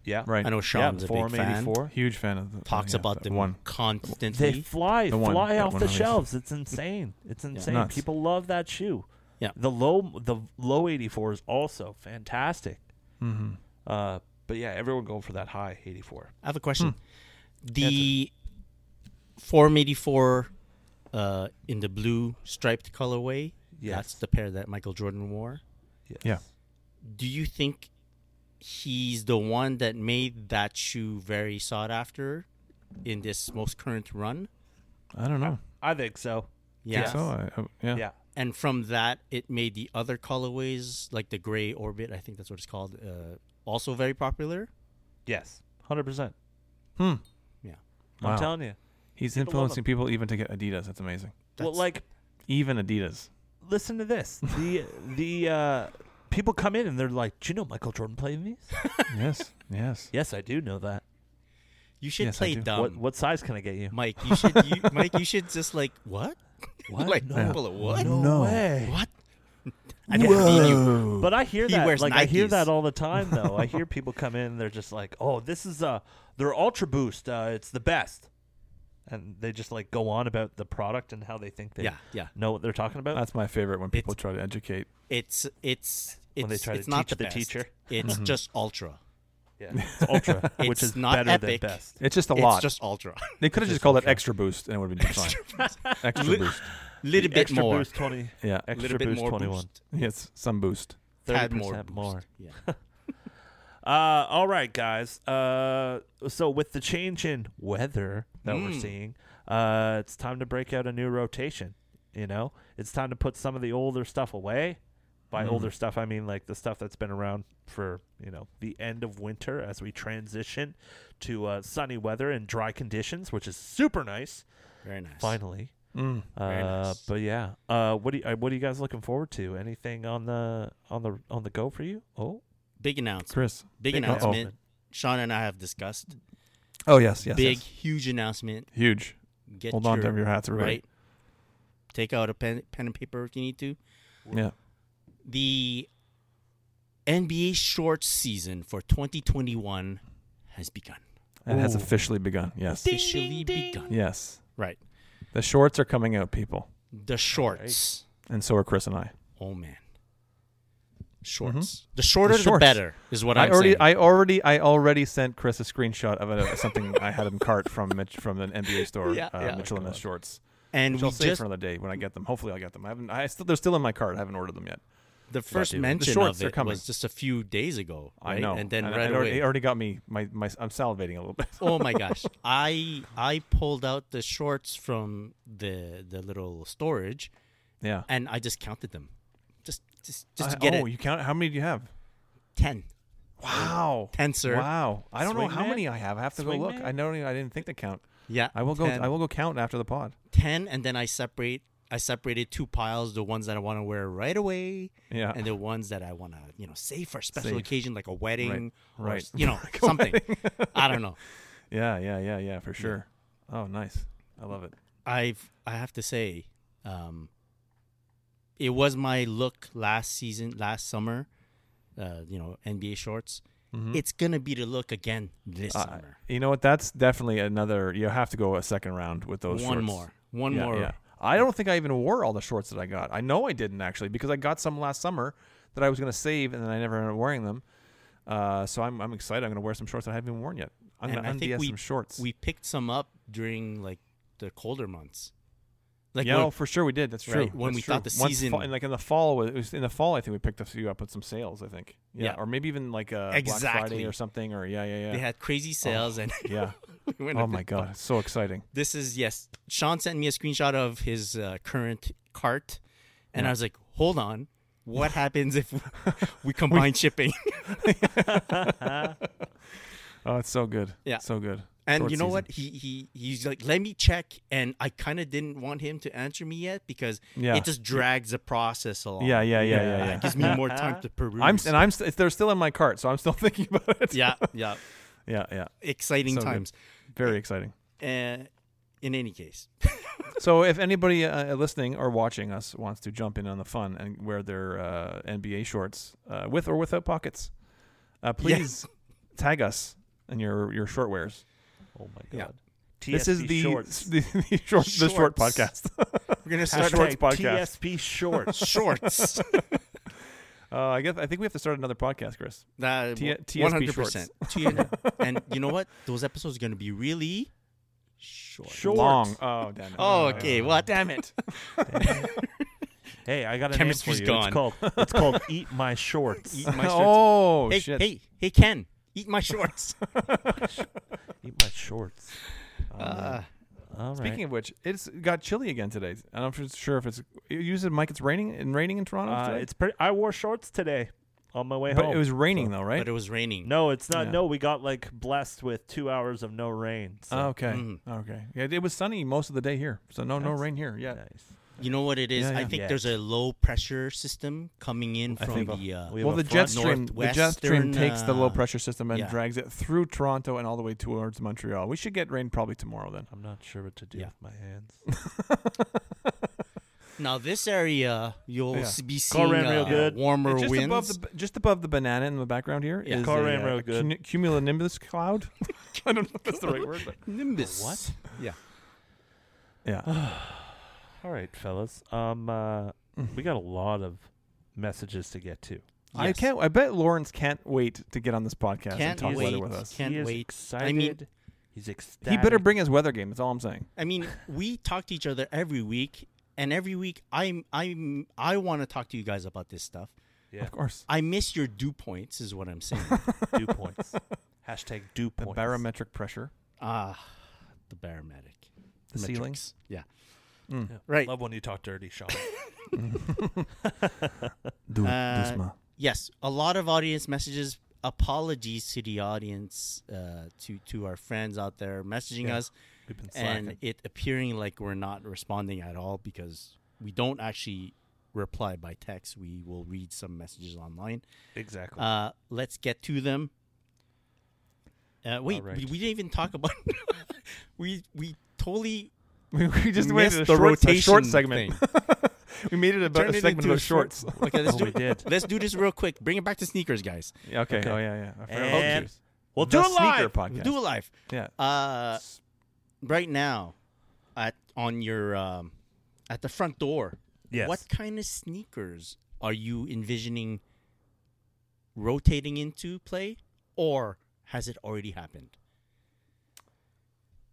Speaker 4: Yeah.
Speaker 2: Right.
Speaker 3: Uh, I know Sean's a big
Speaker 4: Form
Speaker 3: fan.
Speaker 4: 84.
Speaker 2: Huge fan of the
Speaker 3: Talks
Speaker 2: yeah,
Speaker 3: about
Speaker 2: that
Speaker 3: them
Speaker 2: one.
Speaker 3: constantly.
Speaker 4: They fly
Speaker 2: The one-
Speaker 4: fly
Speaker 2: that
Speaker 4: off
Speaker 2: one
Speaker 4: the
Speaker 2: release.
Speaker 4: shelves. It's insane. It's insane.
Speaker 2: Nuts.
Speaker 4: People love that shoe.
Speaker 3: Yeah.
Speaker 4: The low the low 84 is also fantastic.
Speaker 2: Mhm.
Speaker 4: Uh, but yeah, everyone going for that high 84.
Speaker 3: I have a question.
Speaker 2: Hmm.
Speaker 3: The Form 84 uh, in the blue striped colorway,
Speaker 4: Yes.
Speaker 3: that's the pair that Michael Jordan wore.
Speaker 4: Yes.
Speaker 2: Yeah.
Speaker 3: Do you think he's the one that made that shoe very sought after in this most current run?
Speaker 2: I don't know.
Speaker 4: I think so.
Speaker 3: Yeah.
Speaker 2: So I, I, yeah.
Speaker 4: Yeah.
Speaker 3: And from that, it made the other colorways, like the gray orbit, I think that's what it's called, uh, also very popular.
Speaker 4: Yes. 100%.
Speaker 2: Hmm.
Speaker 3: Yeah.
Speaker 2: Wow.
Speaker 4: I'm telling you.
Speaker 2: He's
Speaker 4: People love
Speaker 2: influencing people even to get Adidas. That's amazing.
Speaker 4: well,
Speaker 3: That's-
Speaker 4: like
Speaker 2: Even Adidas.
Speaker 4: listen to this. The the uh, people come in and they're like, "Do you know Michael Jordan played in these?"
Speaker 2: yes. Yes.
Speaker 4: yes, I do know that.
Speaker 3: You should
Speaker 2: Yes, I
Speaker 3: play
Speaker 2: do.
Speaker 3: dumb.
Speaker 4: what what size can I get you?
Speaker 3: Mike, you should you, Mike, you should just like what?
Speaker 4: What?
Speaker 3: like
Speaker 4: No.
Speaker 3: pull it, what?
Speaker 4: No way.
Speaker 3: What? I don't believe you.
Speaker 4: But I hear
Speaker 3: He
Speaker 4: that
Speaker 3: wears
Speaker 4: like I hear
Speaker 3: Nikes.
Speaker 4: that all the time though. I hear people come in and they're just like, "Oh, this is uh they're Ultra Boost. Uh, it's the best." And they just like go on about the product and how they think they
Speaker 3: Yeah, yeah. Uh,
Speaker 4: know what they're talking about.
Speaker 2: That's my favorite when people
Speaker 3: It's-
Speaker 2: try to educate.
Speaker 3: It's it's it's
Speaker 4: When they try to
Speaker 3: it's not
Speaker 4: teach the
Speaker 3: best.
Speaker 4: teacher. Mm-hmm.
Speaker 3: It's just ultra.
Speaker 4: yeah. It's Ultra, which
Speaker 3: It's
Speaker 4: is
Speaker 3: not
Speaker 4: better
Speaker 3: epic.
Speaker 4: than best.
Speaker 2: It's just a
Speaker 3: it's
Speaker 2: lot.
Speaker 3: just ultra.
Speaker 2: they could have just called it extra boost and it would have been fine. extra
Speaker 3: Li-
Speaker 2: boost.
Speaker 3: Little bit
Speaker 4: extra
Speaker 3: more.
Speaker 4: boost 20.
Speaker 2: Yeah.
Speaker 4: Extra
Speaker 3: Little bit
Speaker 4: boost
Speaker 3: more
Speaker 4: 21.
Speaker 3: boost.
Speaker 2: Yes. Some boost.
Speaker 4: 30%
Speaker 3: Tad more. boost.
Speaker 4: more.
Speaker 3: Yeah.
Speaker 4: Uh, all right, guys. Uh, so with the change in weather that we're
Speaker 3: Mm.
Speaker 4: seeing, uh, it's time to break out a new rotation. You know, it's time to put some of the older stuff away.
Speaker 3: Hmm.
Speaker 4: By older stuff, I mean like the stuff that's been around for you know the end of winter as we transition to uh, sunny weather and dry conditions, which is super nice.
Speaker 3: Very nice.
Speaker 4: Finally,
Speaker 2: Mm.
Speaker 4: uh,
Speaker 3: Very nice.
Speaker 4: but yeah, uh, what do you, uh, what are you guys looking forward to? Anything on the on the on the go for you? Oh,
Speaker 3: Big announcement.
Speaker 2: Chris.
Speaker 3: Big,
Speaker 4: big
Speaker 3: announcement.
Speaker 4: announcement.
Speaker 3: Sean and I have discussed.
Speaker 2: Oh yes. Yes.
Speaker 3: Big,
Speaker 2: yes.
Speaker 3: huge announcement.
Speaker 2: Huge.
Speaker 3: Get
Speaker 2: Hold
Speaker 3: your,
Speaker 2: on to your hats, everybody.
Speaker 3: right. Take out a pen, pen and paper if you need to.
Speaker 2: Yeah.
Speaker 3: the NBA short season for 2021 has begun.
Speaker 2: It has officially begun. Yes.
Speaker 3: Officially begun.
Speaker 2: Yes.
Speaker 3: Right.
Speaker 2: The shorts are coming out, people,
Speaker 3: The shorts.
Speaker 2: and so are Chris and I.
Speaker 3: Oh man. Shorts. The shorter the,
Speaker 2: Mm-hmm. shorts.
Speaker 3: better is what
Speaker 2: I
Speaker 3: I'm
Speaker 2: already,
Speaker 3: saying.
Speaker 2: I already, I already sent Chris a screenshot of a, something I had in cart from Mitch, from an NBA store,
Speaker 3: Yeah,
Speaker 2: uh,
Speaker 3: yeah.
Speaker 2: Mitchell and Ness shorts.
Speaker 3: and
Speaker 2: Which
Speaker 3: we
Speaker 2: I'll save
Speaker 3: just
Speaker 2: for another day when I get them. Hopefully, I'll get them. I haven't. I still, they're still in my cart. I haven't ordered them yet.
Speaker 3: the first
Speaker 2: dude. The
Speaker 3: mention
Speaker 2: shorts
Speaker 3: of
Speaker 2: are
Speaker 3: it
Speaker 2: coming.
Speaker 3: was just a few days ago.
Speaker 2: I
Speaker 3: right?
Speaker 2: know.
Speaker 3: And then
Speaker 2: I-
Speaker 3: right
Speaker 2: it already,
Speaker 3: away.
Speaker 2: it already got me. My, my, I'm salivating a little bit.
Speaker 3: oh my gosh. I I pulled out the shorts from the the little storage
Speaker 2: yeah.
Speaker 3: and I just counted them. Just just
Speaker 2: I-
Speaker 3: just to get
Speaker 2: oh,
Speaker 3: it.
Speaker 2: you count? How many do you have?
Speaker 3: 10.
Speaker 2: Wow.
Speaker 3: 10, sir.
Speaker 2: Wow. I don't know how
Speaker 4: Swingman?
Speaker 2: many I have. I have to go look.
Speaker 4: Swingman?
Speaker 2: I don't. Even, I didn't think to count.
Speaker 3: Yeah.
Speaker 2: I will go.
Speaker 3: 10.
Speaker 2: I will go count after the pod.
Speaker 3: 10 and then i separate i separated two piles the ones that i want to wear right away
Speaker 2: Yeah.
Speaker 3: and the ones that i want to you know save for a special
Speaker 2: Save.
Speaker 3: occasion like a wedding or
Speaker 2: Right.
Speaker 3: s- you know something i don't know
Speaker 2: Yeah. Yeah. Yeah. Yeah. For sure. Oh, nice. I love it.
Speaker 3: i've i have to say um it was my look last season last summer uh you know nba shorts
Speaker 2: Mm-hmm.
Speaker 3: it's gonna be the look again this
Speaker 2: Uh,
Speaker 3: summer.
Speaker 2: you know what? That's definitely another. You have to go a second round with those.
Speaker 3: One
Speaker 2: shorts.
Speaker 3: more, one
Speaker 2: Yeah,
Speaker 3: more.
Speaker 2: yeah. I don't think I even wore all the shorts that I got. I know I didn't actually because I got some last summer that I was going to save and then I never ended up wearing them. Uh, so I'm, I'm excited. I'm going to wear some shorts that I haven't even worn yet. I'm
Speaker 3: And
Speaker 2: going to
Speaker 3: I think
Speaker 2: undies
Speaker 3: we
Speaker 2: some shorts.
Speaker 3: we picked some up during like the colder months, like
Speaker 2: yeah,
Speaker 3: when-
Speaker 2: oh, for sure we did. That's true.
Speaker 3: Right, when
Speaker 2: That's
Speaker 3: we
Speaker 2: true.
Speaker 3: thought the
Speaker 2: Once
Speaker 3: season-
Speaker 2: fall- and like in the fall, it was in the fall. I think we picked a few up with some sales. I think. Yeah,
Speaker 3: Yeah.
Speaker 2: or maybe even like uh, Black
Speaker 3: Exactly.
Speaker 2: Friday or something. Or yeah, yeah, yeah.
Speaker 3: they had crazy sales and
Speaker 2: yeah.
Speaker 3: we went
Speaker 2: oh
Speaker 3: and
Speaker 2: my
Speaker 3: picked
Speaker 2: god, it's so exciting.
Speaker 3: this is yes. Sean sent me a screenshot of his uh, current cart, and I was like, "Hold on, what happens if we combine shipping?"
Speaker 2: Oh, it's so good.
Speaker 3: Yeah.
Speaker 2: so good.
Speaker 3: And
Speaker 2: Short
Speaker 3: you know
Speaker 2: season.
Speaker 3: what? He he he's like, "Let me check," and I kind of didn't want him to answer me yet because
Speaker 2: Yeah.
Speaker 3: it just drags the process along.
Speaker 2: Yeah, yeah, yeah,
Speaker 3: Uh,
Speaker 2: yeah,
Speaker 3: It
Speaker 2: yeah.
Speaker 3: gives me more time to peruse.
Speaker 2: I'm and I'm st- they're still in my cart, so I'm still thinking about it.
Speaker 3: yeah, yeah,
Speaker 2: yeah, yeah.
Speaker 3: exciting
Speaker 2: So good.
Speaker 3: times.
Speaker 2: Very exciting.
Speaker 3: Uh, in any case,
Speaker 2: So if anybody uh, listening or watching us wants to jump in on the fun and wear their uh, NBA shorts uh, with or without pockets, uh, please tag us in your your short wears.
Speaker 4: Oh my god.
Speaker 3: Yeah.
Speaker 2: This is
Speaker 4: TSP
Speaker 2: the
Speaker 4: shorts.
Speaker 2: the, the short the short
Speaker 3: Shorts.
Speaker 2: podcast.
Speaker 3: we're gonna
Speaker 4: Hashtag
Speaker 3: start
Speaker 2: shorts podcast.
Speaker 4: TSP shorts.
Speaker 3: shorts.
Speaker 2: uh, I guess I think we have to start another podcast, Chris.
Speaker 3: That
Speaker 2: T- TSP
Speaker 3: one hundred percent. And you know what? Those episodes are going to be really short.
Speaker 4: Short.
Speaker 2: Long. Oh, damn it.
Speaker 3: Oh, okay. Well, damn it.
Speaker 4: Hey, I got a
Speaker 3: Chemistry's
Speaker 4: name for you.
Speaker 3: gone.
Speaker 4: It's called it's called Eat My Shorts.
Speaker 3: Eat my shorts.
Speaker 2: Oh
Speaker 3: hey,
Speaker 2: shit.
Speaker 3: hey, hey, Ken. Eat my shorts.
Speaker 4: Eat My Shorts.
Speaker 3: Uh,
Speaker 4: All right.
Speaker 2: Speaking of which, it's got chilly again today. I'm not sure if it's. You said, Mike, it's raining and raining in Toronto.
Speaker 4: Uh,
Speaker 2: today?
Speaker 4: it's pretty. I wore shorts today on my way
Speaker 2: but
Speaker 4: home.
Speaker 2: it was raining though, right?
Speaker 3: But it was raining.
Speaker 4: no, it's not.
Speaker 2: Yeah.
Speaker 4: No, we got like blessed with two hours of no rain. So.
Speaker 2: Oh, okay,
Speaker 3: Mhm.
Speaker 2: okay. Yeah, it was sunny most of the day here, so no, no
Speaker 4: Nice.
Speaker 2: rain here. Yeah.
Speaker 4: nice.
Speaker 3: You know what it is?
Speaker 2: Yeah,
Speaker 3: I
Speaker 2: yeah.
Speaker 3: think
Speaker 4: Yeah.
Speaker 3: there's a low pressure system coming in
Speaker 2: I
Speaker 3: from
Speaker 2: think
Speaker 3: the. Uh,
Speaker 4: we have
Speaker 2: Well,
Speaker 4: a
Speaker 2: the
Speaker 4: front
Speaker 2: jet stream, the jet stream
Speaker 3: northwestern,
Speaker 2: takes the low
Speaker 3: uh,
Speaker 2: pressure system and
Speaker 3: yeah.
Speaker 2: drags it through Toronto and all the way towards Montreal. We should get rain probably tomorrow then.
Speaker 4: I'm not sure what to do
Speaker 3: Yeah.
Speaker 4: with my hands.
Speaker 3: now this area, you'll
Speaker 2: Yeah.
Speaker 3: s- be
Speaker 4: Call
Speaker 3: seeing
Speaker 4: ran real
Speaker 3: uh,
Speaker 4: good.
Speaker 3: warmer
Speaker 2: just
Speaker 3: winds.
Speaker 2: above the just above the banana in the background here is
Speaker 3: Yeah.
Speaker 4: Call
Speaker 2: a,
Speaker 4: rain
Speaker 2: uh,
Speaker 4: real
Speaker 2: a
Speaker 4: good.
Speaker 2: cunu- cumulonimbus cloud. I don't know if that's the right word. But
Speaker 3: Nimbus.
Speaker 4: What?
Speaker 3: Yeah.
Speaker 2: yeah,
Speaker 4: All right, fellas. Um, uh,
Speaker 2: Mm.
Speaker 4: we got a lot of messages to get to.
Speaker 2: I
Speaker 3: Yes.
Speaker 2: can't. I bet Lawrence can't wait to get on this podcast and
Speaker 3: Can't
Speaker 2: talk
Speaker 3: wait.
Speaker 2: weather with us.
Speaker 4: he
Speaker 3: Can't
Speaker 4: is
Speaker 3: wait.
Speaker 4: excited.
Speaker 3: I mean-
Speaker 4: he's ecstatic.
Speaker 2: He better bring his weather game. That's all I'm saying.
Speaker 3: I mean, we talk to each other every week, and every week I'm I'm I want to talk to you guys about this stuff.
Speaker 4: yeah.
Speaker 2: Of course,
Speaker 3: I miss your dew points, is what I'm saying.
Speaker 4: dew points. Hashtag dew
Speaker 2: the
Speaker 4: points.
Speaker 2: barometric pressure,
Speaker 3: Ah, the barometric.
Speaker 2: the Hmm. ceilings.
Speaker 3: Metrics. Yeah.
Speaker 4: Yeah.
Speaker 3: Right.
Speaker 4: Love when you talk dirty, Sean.
Speaker 2: Du-
Speaker 3: Uh,
Speaker 2: dusma.
Speaker 3: Yes. A lot of audience messages. Apologies to the audience, uh, to to our friends out there messaging
Speaker 2: Yeah.
Speaker 3: us,
Speaker 4: We've been slacking.
Speaker 3: and it appearing like we're not responding at all because we don't actually reply by text. We will read some messages online.
Speaker 4: exactly.
Speaker 3: Uh, let's get to them. Uh, wait,
Speaker 4: right.
Speaker 3: we, we didn't even talk about. we we totally
Speaker 2: We, we just made
Speaker 3: missed
Speaker 2: it a
Speaker 3: the
Speaker 2: short, a
Speaker 3: rotation
Speaker 2: short segment.
Speaker 3: thing.
Speaker 2: we made it about
Speaker 3: Turned
Speaker 2: a
Speaker 3: it
Speaker 2: segment
Speaker 3: into
Speaker 2: about
Speaker 3: a short-
Speaker 2: shorts.
Speaker 3: Okay, let's
Speaker 4: Oh,
Speaker 3: do
Speaker 4: we did.
Speaker 3: Let's do this real quick. Bring it back to sneakers, guys.
Speaker 2: Yeah, okay.
Speaker 4: Okay.
Speaker 2: Oh yeah, yeah. I forgot about
Speaker 4: And
Speaker 2: these.
Speaker 4: we'll
Speaker 2: The
Speaker 4: do it
Speaker 2: sneaker
Speaker 4: live.
Speaker 2: podcast.
Speaker 3: Do it live.
Speaker 2: yeah.
Speaker 3: Uh, right now, at on your um, at the front door.
Speaker 4: Yes.
Speaker 3: What kind of sneakers are you envisioning rotating into play, or has it already happened?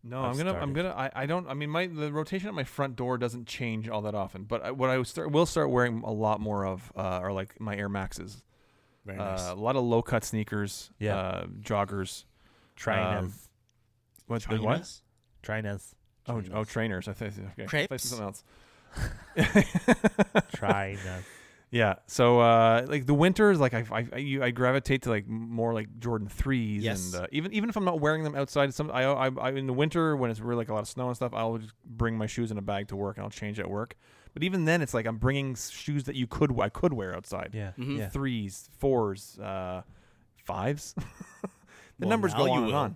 Speaker 2: No,
Speaker 4: I've
Speaker 2: I'm gonna. I'm
Speaker 4: started.
Speaker 2: gonna. I, I don't. I mean, my the rotation at my front door doesn't change all that often. But I, what I would start will start wearing a lot more of uh, are like my Air Maxes.
Speaker 3: Very nice.
Speaker 2: Uh, a lot of low cut sneakers.
Speaker 4: Yeah.
Speaker 2: Uh, joggers.
Speaker 4: Trinas.
Speaker 2: um, What? the What?
Speaker 3: Chinas?
Speaker 4: Trinas.
Speaker 2: Oh,
Speaker 3: Trainers.
Speaker 2: oh, trainers. I think. Okay. I thought you said
Speaker 3: Crepes?
Speaker 2: something else.
Speaker 4: Trinas.
Speaker 2: Yeah. So uh, like the winters, like I I, I, you, I gravitate to like more like Jordan threes,
Speaker 3: Yes.
Speaker 2: and uh, even even if I'm not wearing them outside, some I, I, I in the winter when it's really like a lot of snow and stuff, I'll just bring my shoes in a bag to work and I'll change at work. But even then, it's like I'm bringing s- shoes that you could I could wear outside.
Speaker 4: Yeah.
Speaker 3: Mhm.
Speaker 4: Yeah.
Speaker 2: Threes, fours, uh, fives. the
Speaker 3: Well,
Speaker 2: numbers go
Speaker 3: now you
Speaker 2: on and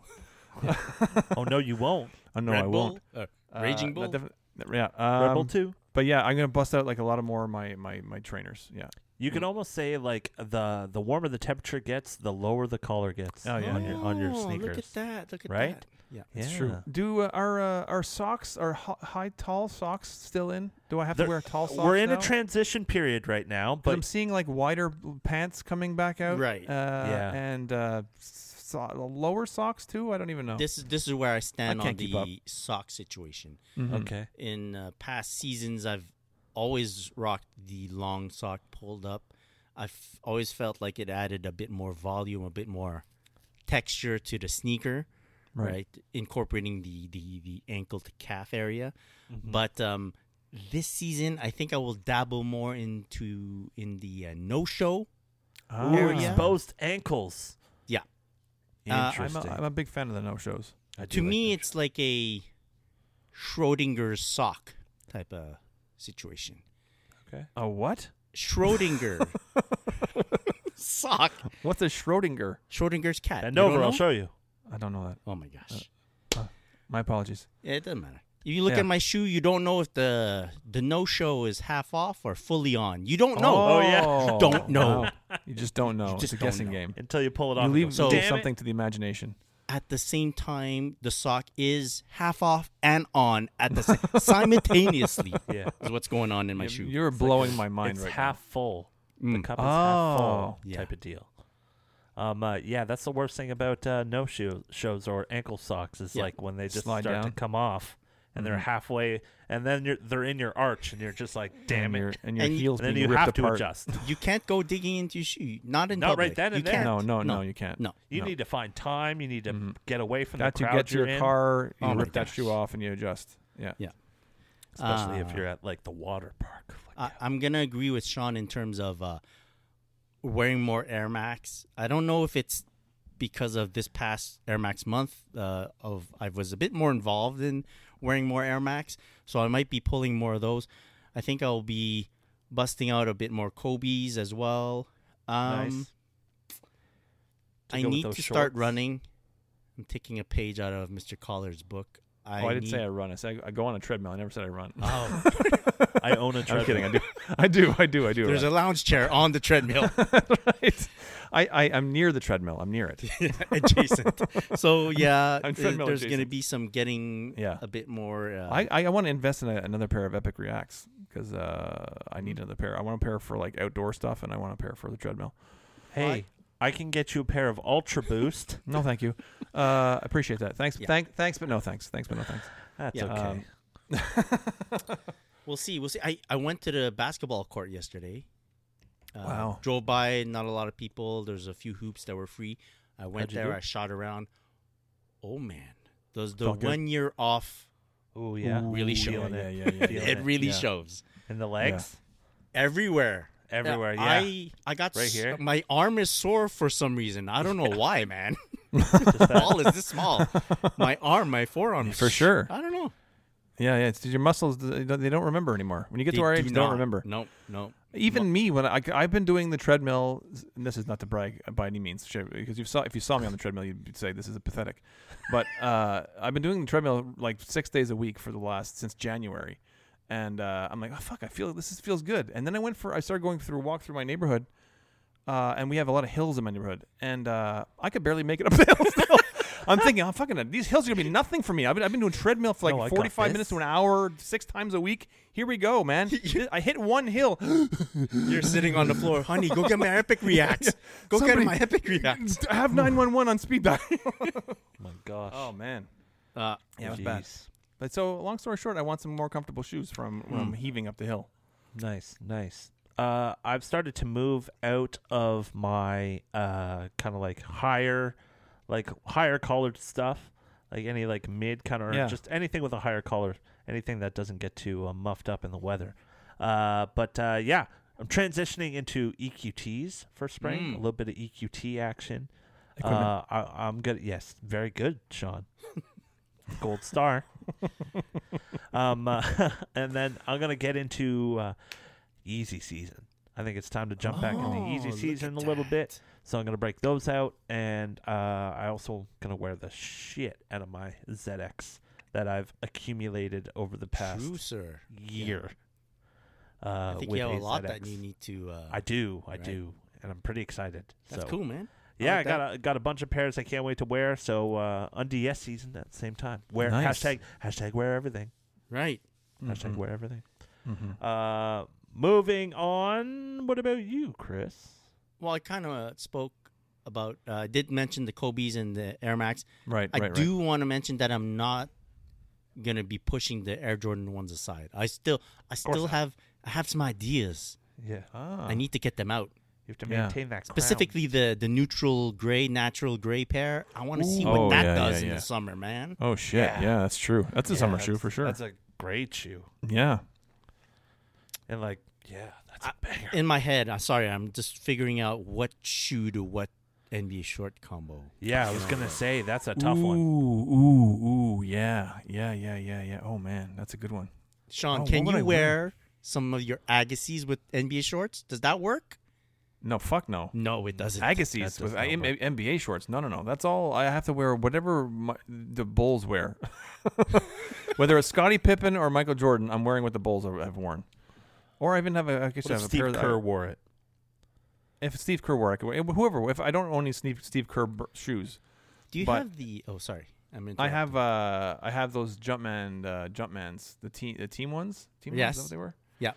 Speaker 3: will.
Speaker 2: on.
Speaker 4: Oh no, you won't.
Speaker 2: Oh no,
Speaker 3: Red
Speaker 2: I
Speaker 3: Bull?
Speaker 2: won't.
Speaker 3: Uh,
Speaker 2: Uh,
Speaker 3: Raging
Speaker 2: that
Speaker 3: Bull.
Speaker 2: defi- yeah. Um,
Speaker 4: Rebel two.
Speaker 2: but yeah, I'm gonna bust out like a lot of more of my my my trainers. Yeah.
Speaker 4: You can almost say like the the warmer the temperature gets, the lower the collar gets.
Speaker 2: Oh, yeah.
Speaker 4: on your on your
Speaker 3: Oh,
Speaker 4: sneakers.
Speaker 3: Look at that. Look at
Speaker 4: Right?
Speaker 3: that. Yeah.
Speaker 4: It's
Speaker 2: Do uh, are uh, are socks are ho- high tall socks still in? Do I have to wear tall socks?
Speaker 4: We're in
Speaker 2: now?
Speaker 4: a transition period right now,
Speaker 2: 'Cause I'm
Speaker 4: but
Speaker 2: seeing like wider b- pants coming back out.
Speaker 3: Right.
Speaker 2: Uh,
Speaker 4: Yeah.
Speaker 2: And uh, so- lower socks too. I don't even know.
Speaker 3: This is this is where I stand on
Speaker 2: can't keep up.
Speaker 3: the sock situation.
Speaker 4: okay.
Speaker 3: In uh, past seasons, I've always rocked the long sock pulled up. I've always felt like it added a bit more volume, a bit more texture to the sneaker, right? Incorporating the the the ankle to calf area,
Speaker 4: Mm-hmm.
Speaker 3: but um, this season I think I will dabble more into in the uh, no show.
Speaker 4: Ooh,
Speaker 3: area.
Speaker 4: Oh, exposed ankles.
Speaker 3: Yeah. Uh, I'm
Speaker 2: I'm a,
Speaker 4: Interesting.
Speaker 2: I'm a big fan of the no shows.
Speaker 4: I do
Speaker 3: to
Speaker 4: like
Speaker 3: me,
Speaker 4: that.
Speaker 3: it's like a Schrodinger's sock type of situation.
Speaker 2: A what?
Speaker 3: Schrodinger sock.
Speaker 2: What's a Schrodinger?
Speaker 3: Schrodinger's cat.
Speaker 4: bend
Speaker 3: You don't
Speaker 4: over. I'll
Speaker 3: know?
Speaker 4: show you.
Speaker 2: I don't know that.
Speaker 3: Oh my gosh.
Speaker 2: My apologies.
Speaker 3: Yeah, it doesn't matter. If you look
Speaker 2: Yeah.
Speaker 3: at my shoe, you don't know if the the no show is half off or fully on. You don't know.
Speaker 4: Oh, yeah.
Speaker 2: Oh,
Speaker 3: Don't know.
Speaker 2: wow. You just don't know.
Speaker 3: just
Speaker 2: it's a
Speaker 3: don't
Speaker 2: guessing
Speaker 3: know.
Speaker 2: game.
Speaker 4: Until you pull it off.
Speaker 2: You
Speaker 4: and
Speaker 2: leave
Speaker 4: go,
Speaker 3: So-
Speaker 4: "Damn it."
Speaker 2: something to the imagination.
Speaker 3: At the same time, the sock is half off and on at the same simultaneously.
Speaker 4: Yeah.
Speaker 3: is what's going on in my shoe.
Speaker 2: You're blowing my mind
Speaker 4: It's
Speaker 2: right
Speaker 4: half full. The cup is half
Speaker 2: Oh.
Speaker 4: full
Speaker 3: Yeah.
Speaker 4: type of deal. Um, uh, yeah, that's the worst thing about uh, no shoe shows or ankle socks is
Speaker 3: Yeah.
Speaker 4: like when they just
Speaker 2: Slide
Speaker 4: start to
Speaker 2: down. Mm-hmm.
Speaker 4: come off and they're halfway, and then you're they're in your arch, and you're just like,
Speaker 2: now.
Speaker 4: damn
Speaker 2: and
Speaker 4: it.
Speaker 2: your, and your
Speaker 3: And you-
Speaker 2: heels
Speaker 4: and then
Speaker 2: being
Speaker 4: you
Speaker 2: ripped
Speaker 4: have to
Speaker 2: apart.
Speaker 4: adjust.
Speaker 3: You can't go digging into your shoe. Not in
Speaker 4: Not right
Speaker 3: public.
Speaker 4: then and
Speaker 3: you
Speaker 4: there.
Speaker 3: Can't.
Speaker 2: No, no, no, you can't.
Speaker 3: No.
Speaker 4: You
Speaker 2: No. Mm-hmm.
Speaker 4: need to find time. You need to get away from
Speaker 2: Got
Speaker 4: the
Speaker 2: to
Speaker 4: crowd
Speaker 2: get to your
Speaker 4: you're in,
Speaker 2: car. You
Speaker 3: Oh my
Speaker 2: rip that shoe
Speaker 3: gosh.
Speaker 2: off and you adjust. Yeah.
Speaker 3: Yeah.
Speaker 4: especially if
Speaker 2: Ah.
Speaker 3: Uh,
Speaker 4: you're at like the water park. Like,
Speaker 3: I, I'm gonna agree with Sean in terms of uh, wearing more Air Max. I don't know if it's because of this past Air Max month uh, of I was a bit more involved in wearing more Air Max, so I might be pulling more of those. I think I'll be busting out a bit more Kobe's as well. Um,
Speaker 4: nice. To
Speaker 3: I
Speaker 4: go with
Speaker 3: need to
Speaker 4: those
Speaker 3: start
Speaker 4: shorts.
Speaker 3: running. I'm taking a page out of Mr. Collar's book. I,
Speaker 2: Oh, I, didn't
Speaker 3: need-
Speaker 2: say I run. I said I go on a treadmill. I never said I run.
Speaker 4: Oh, I own a treadmill.
Speaker 2: I'm kidding. I do. I do. I do. I do.
Speaker 3: There's a
Speaker 2: run.
Speaker 3: lounge chair on the treadmill.
Speaker 2: right. I, I I'm near the treadmill. I'm near it.
Speaker 3: adjacent. So yeah,
Speaker 2: I'm
Speaker 3: th-
Speaker 2: treadmill
Speaker 3: there's going to
Speaker 2: adjacent.
Speaker 3: be some getting
Speaker 2: Yeah.
Speaker 3: a bit more. Uh,
Speaker 2: I I, I want to invest in a, another pair of Epic Reacts because uh I
Speaker 3: Mm.
Speaker 2: need another pair. I want a pair for like outdoor stuff and I want a pair for the treadmill.
Speaker 4: Hey, I can get you a pair of Ultra Boost.
Speaker 2: No, thank you. Uh, appreciate that. Thanks.
Speaker 3: Yeah.
Speaker 2: Thank thanks, but no thanks. Thanks, but no thanks.
Speaker 4: That's
Speaker 3: Yeah.
Speaker 4: okay.
Speaker 2: Um,
Speaker 3: we'll see. We'll see. I, I went to the basketball court yesterday. Uh,
Speaker 2: Wow.
Speaker 3: Drove by, not a lot of people. There's a few hoops that were free. I went
Speaker 4: How'd you
Speaker 3: there.
Speaker 4: do?
Speaker 3: I shot around. Oh man, does the
Speaker 2: Felt good?
Speaker 3: one year off?
Speaker 4: oh yeah,
Speaker 3: really
Speaker 4: Ooh,
Speaker 3: showed
Speaker 4: feeling
Speaker 2: it.
Speaker 4: it.
Speaker 2: Yeah, yeah, yeah,
Speaker 4: Feeling
Speaker 2: yeah.
Speaker 3: It really
Speaker 2: Yeah.
Speaker 3: shows
Speaker 4: And the legs
Speaker 3: everywhere.
Speaker 4: everywhere.
Speaker 3: Uh,
Speaker 4: Yeah,
Speaker 3: I I got
Speaker 4: Right
Speaker 3: s-
Speaker 4: here.
Speaker 3: My arm is sore for some reason. I don't know why, man. the ball is this small. My arm, my forearm, is-
Speaker 2: For sure.
Speaker 3: I don't know.
Speaker 2: Yeah, yeah. It's your muscles. They don't they don't remember anymore. When you get
Speaker 3: They
Speaker 2: to our age,
Speaker 3: do
Speaker 2: you don't
Speaker 3: not.
Speaker 2: remember.
Speaker 3: No, no.
Speaker 2: Even me, when I, I've been doing the treadmill, and this is not to brag by any means, sure, because you saw if you saw me on the treadmill, you'd say this is a pathetic. But uh, I've been doing the treadmill like six days a week for the last since January, and uh, I'm like, oh fuck, I feel this is, feels good. And then I went for I started going through a walk through my neighborhood, uh, and we have a lot of hills in my neighborhood, and uh, I could barely make it up the hill. Still. I'm thinking, I'm fucking these hills are gonna be nothing for me. I've been, I've been doing treadmill for like
Speaker 4: No, I got
Speaker 2: 45 minutes
Speaker 4: this.
Speaker 2: to an hour, six times a week. Here we go, man. I hit one hill.
Speaker 3: You're sitting on the floor, honey. Go get my epic reacts. Go
Speaker 2: Somebody-
Speaker 3: get my epic reacts.
Speaker 2: I have 911 on speed dial.
Speaker 4: oh my gosh.
Speaker 2: oh man.
Speaker 3: Uh,
Speaker 2: Yeah, it was bad.
Speaker 4: Jeez.
Speaker 2: But so long story short, I want some more comfortable shoes from when I'm heaving up the hill.
Speaker 4: Nice, nice. Uh, I've started to move out of my uh, kind of like higher, like higher collared stuff, like any like mid kind of,
Speaker 2: Yeah.
Speaker 4: or just anything with a higher collar, anything that doesn't get too uh, muffed up in the weather. Uh, but uh, yeah, I'm transitioning into EQTs for spring. A little bit of EQT action. Uh, I, I'm good. Yes, very good, Sean. Gold star. Um, uh, and then I'm gonna get into uh, easy season. I think it's time to jump back into
Speaker 3: Oh,
Speaker 4: easy
Speaker 3: look
Speaker 4: season a
Speaker 3: at
Speaker 4: little bit.
Speaker 3: that.
Speaker 4: So I'm gonna break those out, and uh, I also gonna wear the shit out of my ZX that I've accumulated over the past
Speaker 3: True, sir.
Speaker 4: year. Uh,
Speaker 3: I think
Speaker 4: with
Speaker 3: you have a
Speaker 4: Haze
Speaker 3: lot
Speaker 4: ZX.
Speaker 3: that you need to. Uh,
Speaker 4: I do, I
Speaker 3: Right.
Speaker 4: do, and I'm pretty excited.
Speaker 3: that's
Speaker 4: so.
Speaker 3: cool, man.
Speaker 4: Yeah, I,
Speaker 2: like
Speaker 4: got a, got a bunch of pairs I can't wait to wear. So uh, undies season at the same time. Wear
Speaker 2: Nice.
Speaker 4: hashtag hashtag wear everything.
Speaker 3: Right.
Speaker 4: Hashtag wear everything.
Speaker 2: Mm-hmm.
Speaker 4: Uh, moving on. What about you, Chris?
Speaker 3: Well, I kind of uh, spoke about. uh, I did mention the Kobe's and the Air Max.
Speaker 2: Right,
Speaker 3: I
Speaker 2: right, right.
Speaker 3: do want to mention that I'm not gonna be pushing the Air Jordan ones aside. I still, I
Speaker 4: course
Speaker 3: still
Speaker 4: not.
Speaker 3: have, I have some ideas.
Speaker 4: Yeah,
Speaker 2: Ah.
Speaker 3: I need to get them out.
Speaker 4: you have to
Speaker 2: Yeah.
Speaker 4: maintain that crown.
Speaker 3: Specifically, the the neutral gray, natural gray pair. I want to see what
Speaker 2: Ooh. Oh,
Speaker 3: that
Speaker 2: yeah,
Speaker 3: does
Speaker 2: yeah,
Speaker 3: in
Speaker 2: yeah.
Speaker 3: the summer, man.
Speaker 2: Oh shit! Yeah.
Speaker 4: Yeah.
Speaker 2: that's true. That's a
Speaker 4: Yeah,
Speaker 2: summer shoe
Speaker 4: that's-
Speaker 2: for sure.
Speaker 4: That's a great shoe.
Speaker 2: yeah.
Speaker 4: And like, yeah, that's a banger.
Speaker 3: In my head, I'm sorry, I'm just figuring out what shoe to what NBA short combo.
Speaker 4: yeah, I was gonna say that's a tough
Speaker 2: ooh,
Speaker 4: one.
Speaker 2: Ooh, ooh, yeah, yeah, yeah, yeah, yeah. Oh man, that's a good one. Oh,
Speaker 3: Sean,
Speaker 2: what
Speaker 3: can
Speaker 2: would
Speaker 3: you
Speaker 2: I
Speaker 3: wear,
Speaker 2: wear?
Speaker 3: some of your Agassiz with NBA shorts? Does that work?
Speaker 2: No, fuck no.
Speaker 3: No, it doesn't.
Speaker 2: Mm, Agassiz
Speaker 4: does
Speaker 2: with
Speaker 4: not
Speaker 2: I- M-
Speaker 4: work.
Speaker 2: NBA shorts. No, no, no. That's all. I have to wear whatever my, the Bulls wear. Whether it's Scottie Pippen or Michael Jordan, I'm wearing what the Bulls have have worn. Or I even have a. I guess
Speaker 4: What
Speaker 2: I
Speaker 4: if
Speaker 2: have a
Speaker 4: Steve
Speaker 2: pair that I-
Speaker 4: Kerr wore it?
Speaker 2: if Steve Kerr wore, it, I could wear whoever. If I don't own any Steve, Steve Kerr br- shoes,
Speaker 3: Do you
Speaker 2: but-
Speaker 3: have the? Oh, sorry, I'm.
Speaker 2: I have uh I have those Jumpman uh Jumpmans, the team the team ones. Team ones,
Speaker 3: Yes.
Speaker 2: is that what they were?
Speaker 3: Yeah.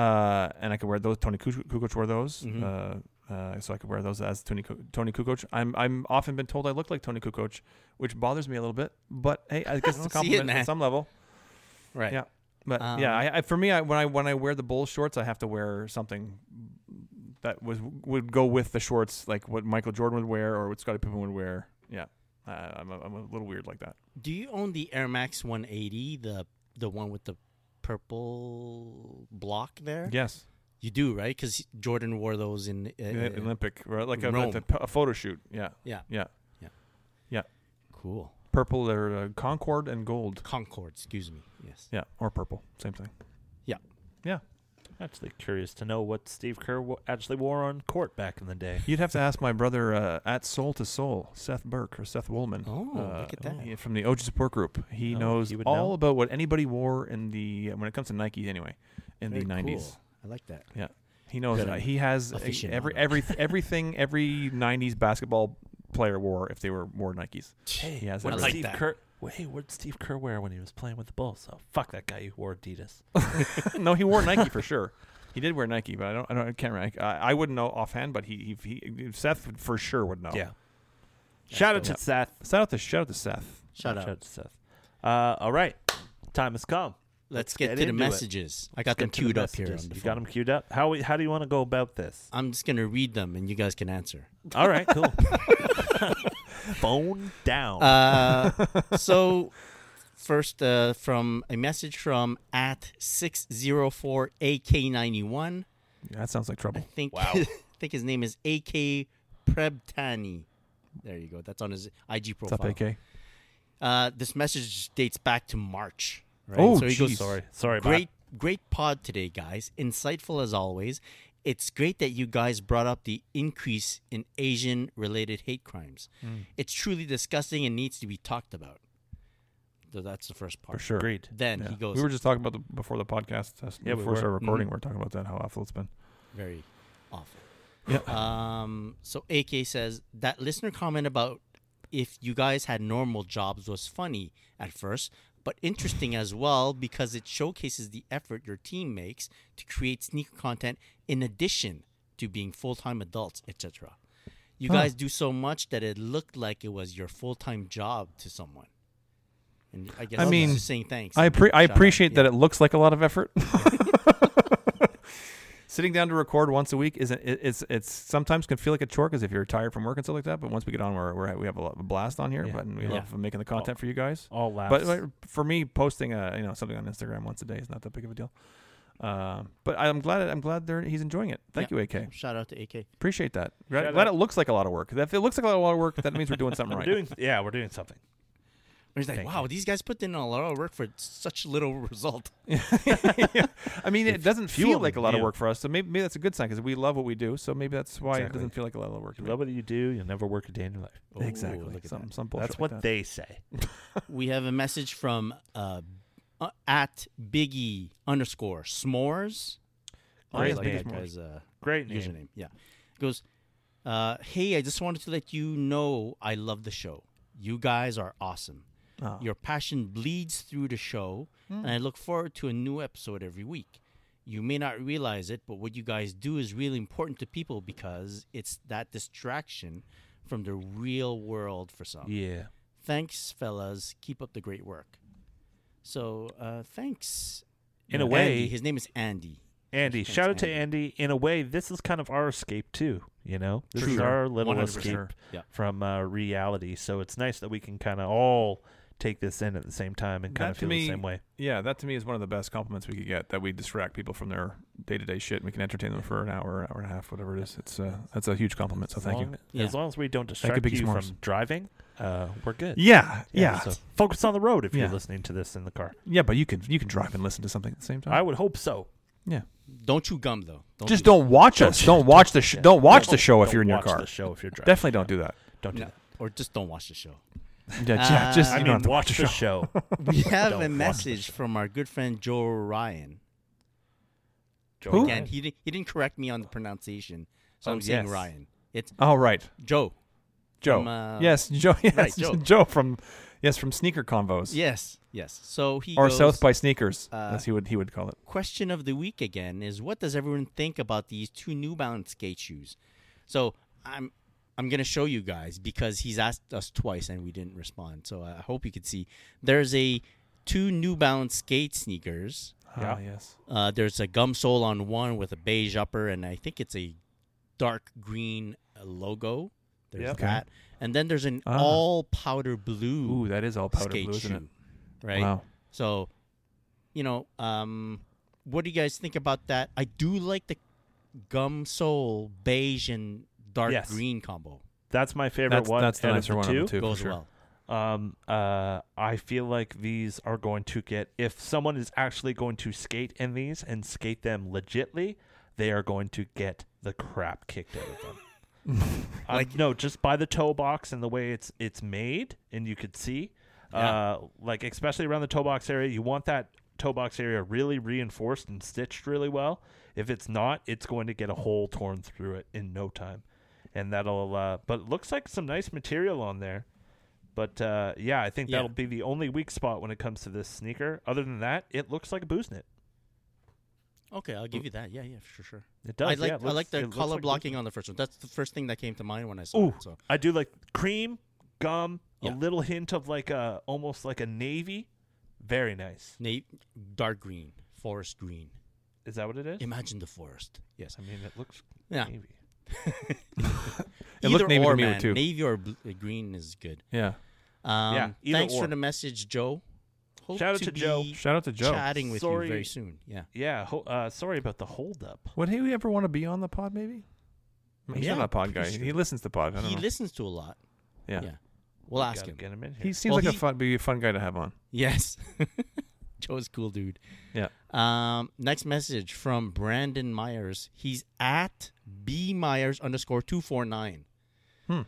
Speaker 2: Uh and I could wear those Tony Kukoc, Kukoc wore those.
Speaker 3: Mhm.
Speaker 2: Uh uh, so I could wear those as Tony Ku- Tony Kukoc. I'm I'm often been told I look like Tony Kukoc, which bothers me a little bit. But hey, I guess it's a
Speaker 3: don't see it,
Speaker 2: compliment
Speaker 3: man.
Speaker 2: at some level.
Speaker 3: Right.
Speaker 2: Yeah. But yeah,
Speaker 3: Um,
Speaker 2: I, I, for me, I, when I when I wear the Bulls shorts, I have to wear something that was would go with the shorts, like what Michael Jordan would wear or what Scottie Pippen would wear. Yeah, uh, I'm a, I'm a little weird like that.
Speaker 3: Do you own the Air Max 180, the the one with the purple block there?
Speaker 2: Yes,
Speaker 3: You do, right? Because Jordan wore those in. Uh,
Speaker 2: The Olympic, right? like a,
Speaker 3: Rome.
Speaker 2: like a, a photo shoot. Yeah,
Speaker 3: yeah.
Speaker 2: yeah,
Speaker 3: Cool.
Speaker 2: purple or uh, Concord and gold.
Speaker 3: Concord, excuse me. Yes.
Speaker 2: Yeah, or purple, same thing.
Speaker 3: Yeah.
Speaker 2: yeah.
Speaker 4: I'm actually curious to know what Steve Kerr w- actually wore on court back in the day.
Speaker 2: You'd have to ask my brother uh, at Soul to Soul, Seth Burke or Seth Woolman.
Speaker 3: Oh,
Speaker 2: uh,
Speaker 3: look at that.
Speaker 2: he- from the OG support group. He
Speaker 4: Oh,
Speaker 2: knows
Speaker 4: he would
Speaker 2: all
Speaker 4: know.
Speaker 2: about what anybody wore in the uh, when it comes to Nike anyway, in
Speaker 3: Very
Speaker 2: the nineties.
Speaker 3: cool. I like that.
Speaker 2: Yeah, he knows.
Speaker 3: Good
Speaker 2: uh, he has uh,
Speaker 3: aficionado.
Speaker 2: every every everything every nineties basketball player wore if they were wore Nikes.
Speaker 4: Hey,
Speaker 2: He has
Speaker 4: what
Speaker 2: that
Speaker 4: did
Speaker 2: right.
Speaker 4: Steve
Speaker 3: I like
Speaker 4: Kerr?
Speaker 3: that.
Speaker 4: Well, hey, what did Steve Kerr wear when he was playing with the Bulls? Oh, fuck that guy who wore Adidas.
Speaker 2: no, he wore Nike for sure. He did wear Nike, but I don't. I don't. I can't. remember. I, I wouldn't know offhand, but he, he, he Seth would for sure would know.
Speaker 4: Shout out
Speaker 2: cool.
Speaker 4: to Seth.
Speaker 2: Shout out to shout out to Seth.
Speaker 3: Shout
Speaker 4: Shout
Speaker 3: out.
Speaker 4: out to Seth. Uh, all right, time has come.
Speaker 3: Let's get,
Speaker 4: get
Speaker 3: to the
Speaker 4: into it.
Speaker 3: messages. I got them
Speaker 4: Get to the
Speaker 3: queued up here. On
Speaker 4: messages.
Speaker 3: the
Speaker 4: You got
Speaker 3: phone.
Speaker 4: them queued up. How we- how do you want to go about this?
Speaker 3: I'm just gonna read them, and you guys can answer.
Speaker 4: All right, cool. Phone down.
Speaker 3: Uh, so first uh, from a message from at 604 ak91
Speaker 2: Yeah, that sounds like
Speaker 3: i
Speaker 2: trouble.
Speaker 3: think i think his name is ak prebtani there you go that's on his ig
Speaker 2: What's
Speaker 3: profile
Speaker 2: up, AK?
Speaker 3: Uh, this message dates back to march right?
Speaker 2: Oh,
Speaker 3: so he goes
Speaker 2: jeez.
Speaker 4: sorry, sorry. about
Speaker 3: great great pod today guys insightful as always it's great that you guys brought up the increase in asian related hate crimes
Speaker 2: Hmm.
Speaker 3: it's truly disgusting and needs to be talked about so that's the first part
Speaker 2: For sure.
Speaker 4: Agreed.
Speaker 3: then
Speaker 2: Yeah.
Speaker 3: he goes
Speaker 2: We were just talking about the before the podcast. uh,
Speaker 4: Yeah, we
Speaker 2: before we
Speaker 4: were. Mm-hmm.
Speaker 2: started recording, we were talking about that how awful it's been.
Speaker 3: very awful
Speaker 2: Yeah.
Speaker 4: Uh,
Speaker 3: um so ak says that listener comment about if you guys had normal jobs was funny at first but interesting as well because it showcases the effort your team makes to create sneaker content in addition to being full-time adults etc you
Speaker 2: Huh.
Speaker 3: guys do so much that it looked like it was your full-time job to someone and i guess
Speaker 2: I
Speaker 3: he's
Speaker 2: mean,
Speaker 3: just saying thanks
Speaker 2: I appre- I
Speaker 3: Shout out.
Speaker 2: appreciate
Speaker 3: Yeah.
Speaker 2: that it looks like a lot of effort. Sitting down to record once a week isn't it, it's it's sometimes can feel like a chore because if you're tired from work and stuff like that. But once we get on, we're, we're we have a, lot, a blast on here,
Speaker 4: Yeah.
Speaker 2: but and we
Speaker 4: Yeah.
Speaker 2: love making the content for you guys.
Speaker 4: All laughs.
Speaker 2: But like, for me, posting uh you know something on Instagram once a day is not that big of a deal. Um, but I'm glad I'm glad they're, he's enjoying it. Thank
Speaker 3: Yeah.
Speaker 2: you, AK.
Speaker 3: shout out to ak
Speaker 2: Appreciate that. Glad,
Speaker 4: Shout
Speaker 2: glad it
Speaker 4: out.
Speaker 2: looks like a lot of work. If it looks like a lot of work, that means we're doing something
Speaker 4: we're
Speaker 2: right.
Speaker 4: doing. Yeah, we're doing something.
Speaker 3: He's like,
Speaker 4: Thank
Speaker 3: wow, these guys put in a lot of work for such little result.
Speaker 2: I mean, it doesn't
Speaker 4: few
Speaker 2: feel
Speaker 4: of
Speaker 2: like a
Speaker 4: them
Speaker 2: lot of
Speaker 4: do.
Speaker 2: work for us, so maybe, maybe that's a good sign because we love what we do. So maybe that's why it
Speaker 4: Exactly.
Speaker 2: doesn't feel like a lot of work. To
Speaker 4: You
Speaker 2: me.
Speaker 4: love what you do. You'll never work a day in your life.
Speaker 3: Ooh,
Speaker 2: exactly.
Speaker 3: look at
Speaker 2: some
Speaker 3: that.
Speaker 2: some bullshit.
Speaker 4: That's
Speaker 2: like
Speaker 4: what
Speaker 2: that.
Speaker 4: they say.
Speaker 3: We have a message from uh, uh, at Biggie underscore S'mores. I
Speaker 4: Great
Speaker 3: like that
Speaker 4: name.
Speaker 3: guy's uh,
Speaker 4: Great name.
Speaker 3: username. Yeah. He goes, uh, Hey, I just wanted to let you know I love the show. You guys are awesome.
Speaker 2: Oh.
Speaker 3: Your passion bleeds through the show,
Speaker 4: Hmm.
Speaker 3: and I look forward to a new episode every week. You may not realize it, but what you guys do is really important to people because it's that distraction from the real world for some.
Speaker 4: Yeah.
Speaker 3: Thanks, fellas. Keep up the great work. So, uh, thanks. uh,
Speaker 4: In a
Speaker 3: Andy.
Speaker 4: way-
Speaker 3: his name is Andy.
Speaker 4: Andy,
Speaker 3: Thanks,
Speaker 4: shout out to Andy. In a way, this is kind of our escape too. You know, this is
Speaker 2: sure.
Speaker 4: our little
Speaker 2: 100%.
Speaker 4: escape
Speaker 3: Yeah.
Speaker 4: from uh, reality. So it's nice that we can kind of all take this in at the same time and kind of
Speaker 2: to
Speaker 4: feel
Speaker 2: me-
Speaker 4: the same way.
Speaker 2: Yeah, that to me is one of the best compliments we could get. That we distract people from their day to day shit, and we can entertain them for an hour, hour and a half, whatever it is. It's uh, that's a huge compliment. So
Speaker 4: As
Speaker 2: thank
Speaker 4: long,
Speaker 2: you.
Speaker 3: Yeah.
Speaker 4: As long as we don't distract
Speaker 2: big
Speaker 4: you
Speaker 2: s'mores.
Speaker 4: from driving, uh, we're good.
Speaker 2: Yeah, yeah, yeah.
Speaker 4: So focus on the road if
Speaker 2: Yeah.
Speaker 4: you're listening to this in the car.
Speaker 2: but you can you can drive and listen to something at the same time.
Speaker 4: I would hope so.
Speaker 2: yeah.
Speaker 3: Don't chew gum, though. Don't
Speaker 2: Just
Speaker 3: chew-
Speaker 2: don't watch us. Don't watch the sh- don't watch the show if
Speaker 4: Don't
Speaker 2: you're in your
Speaker 4: watch
Speaker 2: car.
Speaker 4: The show if you're driving.
Speaker 2: Definitely don't do that.
Speaker 4: Don't do
Speaker 3: No,
Speaker 4: that.
Speaker 3: or just don't watch the show.
Speaker 2: Yeah, yeah, just
Speaker 3: I
Speaker 4: I
Speaker 2: you don't
Speaker 4: mean,
Speaker 2: have to
Speaker 4: watch
Speaker 2: watch the
Speaker 4: the
Speaker 2: show.
Speaker 4: show.
Speaker 3: We have
Speaker 4: Don't watch
Speaker 3: a
Speaker 4: the
Speaker 3: message from our good friend Joe Ryan.
Speaker 2: Who?
Speaker 3: Again, he didn't, he didn't correct me on the pronunciation, so
Speaker 4: Oh,
Speaker 3: I'm saying
Speaker 4: yes.
Speaker 3: Ryan. It's
Speaker 2: All right,
Speaker 3: Joe.
Speaker 2: Joe.
Speaker 3: From, uh,
Speaker 2: yes, Joe. Yes,
Speaker 3: Joe.
Speaker 2: Joe. from yes from Sneaker Convos
Speaker 3: Yes, yes. So he
Speaker 2: or
Speaker 3: goes,
Speaker 2: South by Sneakers,
Speaker 3: uh,
Speaker 2: as he would he would call it.
Speaker 3: question of the week again is what does everyone think about these two New Balance skate shoes? So I'm I'm gonna show you guys because he's asked us twice and we didn't respond. So I hope you could see. There's a two New Balance skate sneakers.
Speaker 4: Yeah.
Speaker 2: Ah, yes.
Speaker 3: Uh, there's a gum sole on one with a beige upper, and I think it's a dark green uh, logo. There's
Speaker 4: Yep.
Speaker 3: that, and then there's an
Speaker 2: Ah.
Speaker 3: all powder blue
Speaker 2: Ooh, that is all powder
Speaker 3: skate
Speaker 2: blue, isn't
Speaker 3: shoe,
Speaker 2: it?
Speaker 3: right?
Speaker 2: Wow.
Speaker 3: So, you know, um, what do you guys think about that? I do like the gum sole beige and dark
Speaker 4: Yes.
Speaker 3: green combo.
Speaker 4: That's my favorite
Speaker 2: That's
Speaker 4: one.
Speaker 2: that's the
Speaker 4: out of
Speaker 2: nicer one of the two. for
Speaker 3: Goes
Speaker 2: sure.
Speaker 3: well.
Speaker 4: Um, uh, I feel like these are going to get if someone is actually going to skate in these and skate them legitly, they are going to get the crap kicked out of them. Um,
Speaker 3: Like-
Speaker 4: no, just by the toe box and the way it's it's made, and you could see,
Speaker 3: Yeah.
Speaker 4: uh, like especially around the toe box area, you want that toe box area really reinforced and stitched really well. If it's not, it's going to get a hole torn through it in no time, and that'll. Uh, but it looks like some nice material on there. But uh, yeah, I think
Speaker 3: Yeah.
Speaker 4: that'll be the only weak spot when it comes to this sneaker. Other than that, it looks like a booze knit.
Speaker 3: Okay, I'll give you that. Yeah, yeah, sure, sure.
Speaker 4: It Mm. does.
Speaker 3: I like
Speaker 4: yeah, it
Speaker 3: I
Speaker 4: looks-
Speaker 3: like
Speaker 4: it
Speaker 3: the
Speaker 4: looks
Speaker 3: color
Speaker 4: like booze
Speaker 3: blocking on the first one. That's the first thing that came to mind when I saw
Speaker 4: Ooh,
Speaker 3: it. So
Speaker 4: I do like cream, gum, a
Speaker 3: Yeah.
Speaker 4: little hint of like a almost like a navy. Very nice.
Speaker 3: Nate, dark green, forest green.
Speaker 4: Is that what it is?
Speaker 3: Imagine the forest. Yes.
Speaker 4: I mean, it looks
Speaker 3: Yeah.
Speaker 4: navy.
Speaker 2: It looked navy to
Speaker 3: or,
Speaker 2: me,
Speaker 3: man.
Speaker 2: too.
Speaker 3: Navy or bl- uh, green is good.
Speaker 2: Yeah.
Speaker 3: Um,
Speaker 4: Yeah, either
Speaker 3: Thanks
Speaker 4: or.
Speaker 3: for the message, Joe. Hope
Speaker 4: Shout out to Joe.
Speaker 3: be
Speaker 2: Shout out to Joe.
Speaker 3: Chatting with
Speaker 4: Sorry.
Speaker 3: you very soon. Yeah.
Speaker 4: Yeah. Ho- uh, sorry about the holdup.
Speaker 2: Would he ever want to be on the pod? Maybe. He's
Speaker 3: Yeah,
Speaker 2: not a pod
Speaker 3: pretty
Speaker 2: guy.
Speaker 3: sure.
Speaker 2: He listens to pod. I don't
Speaker 3: he
Speaker 2: know.
Speaker 3: listens to a lot.
Speaker 2: yeah.
Speaker 3: Yeah. We'll ask
Speaker 4: Gotta
Speaker 3: him.
Speaker 4: Get him in here.
Speaker 2: He seems
Speaker 3: Well,
Speaker 2: like
Speaker 3: he-
Speaker 2: a fun, be a fun guy to have on.
Speaker 3: Yes. Joe's a cool dude.
Speaker 2: Yeah.
Speaker 3: Um, next message from Brandon Myers. He's at B Myers underscore two four nine.
Speaker 2: Hmm.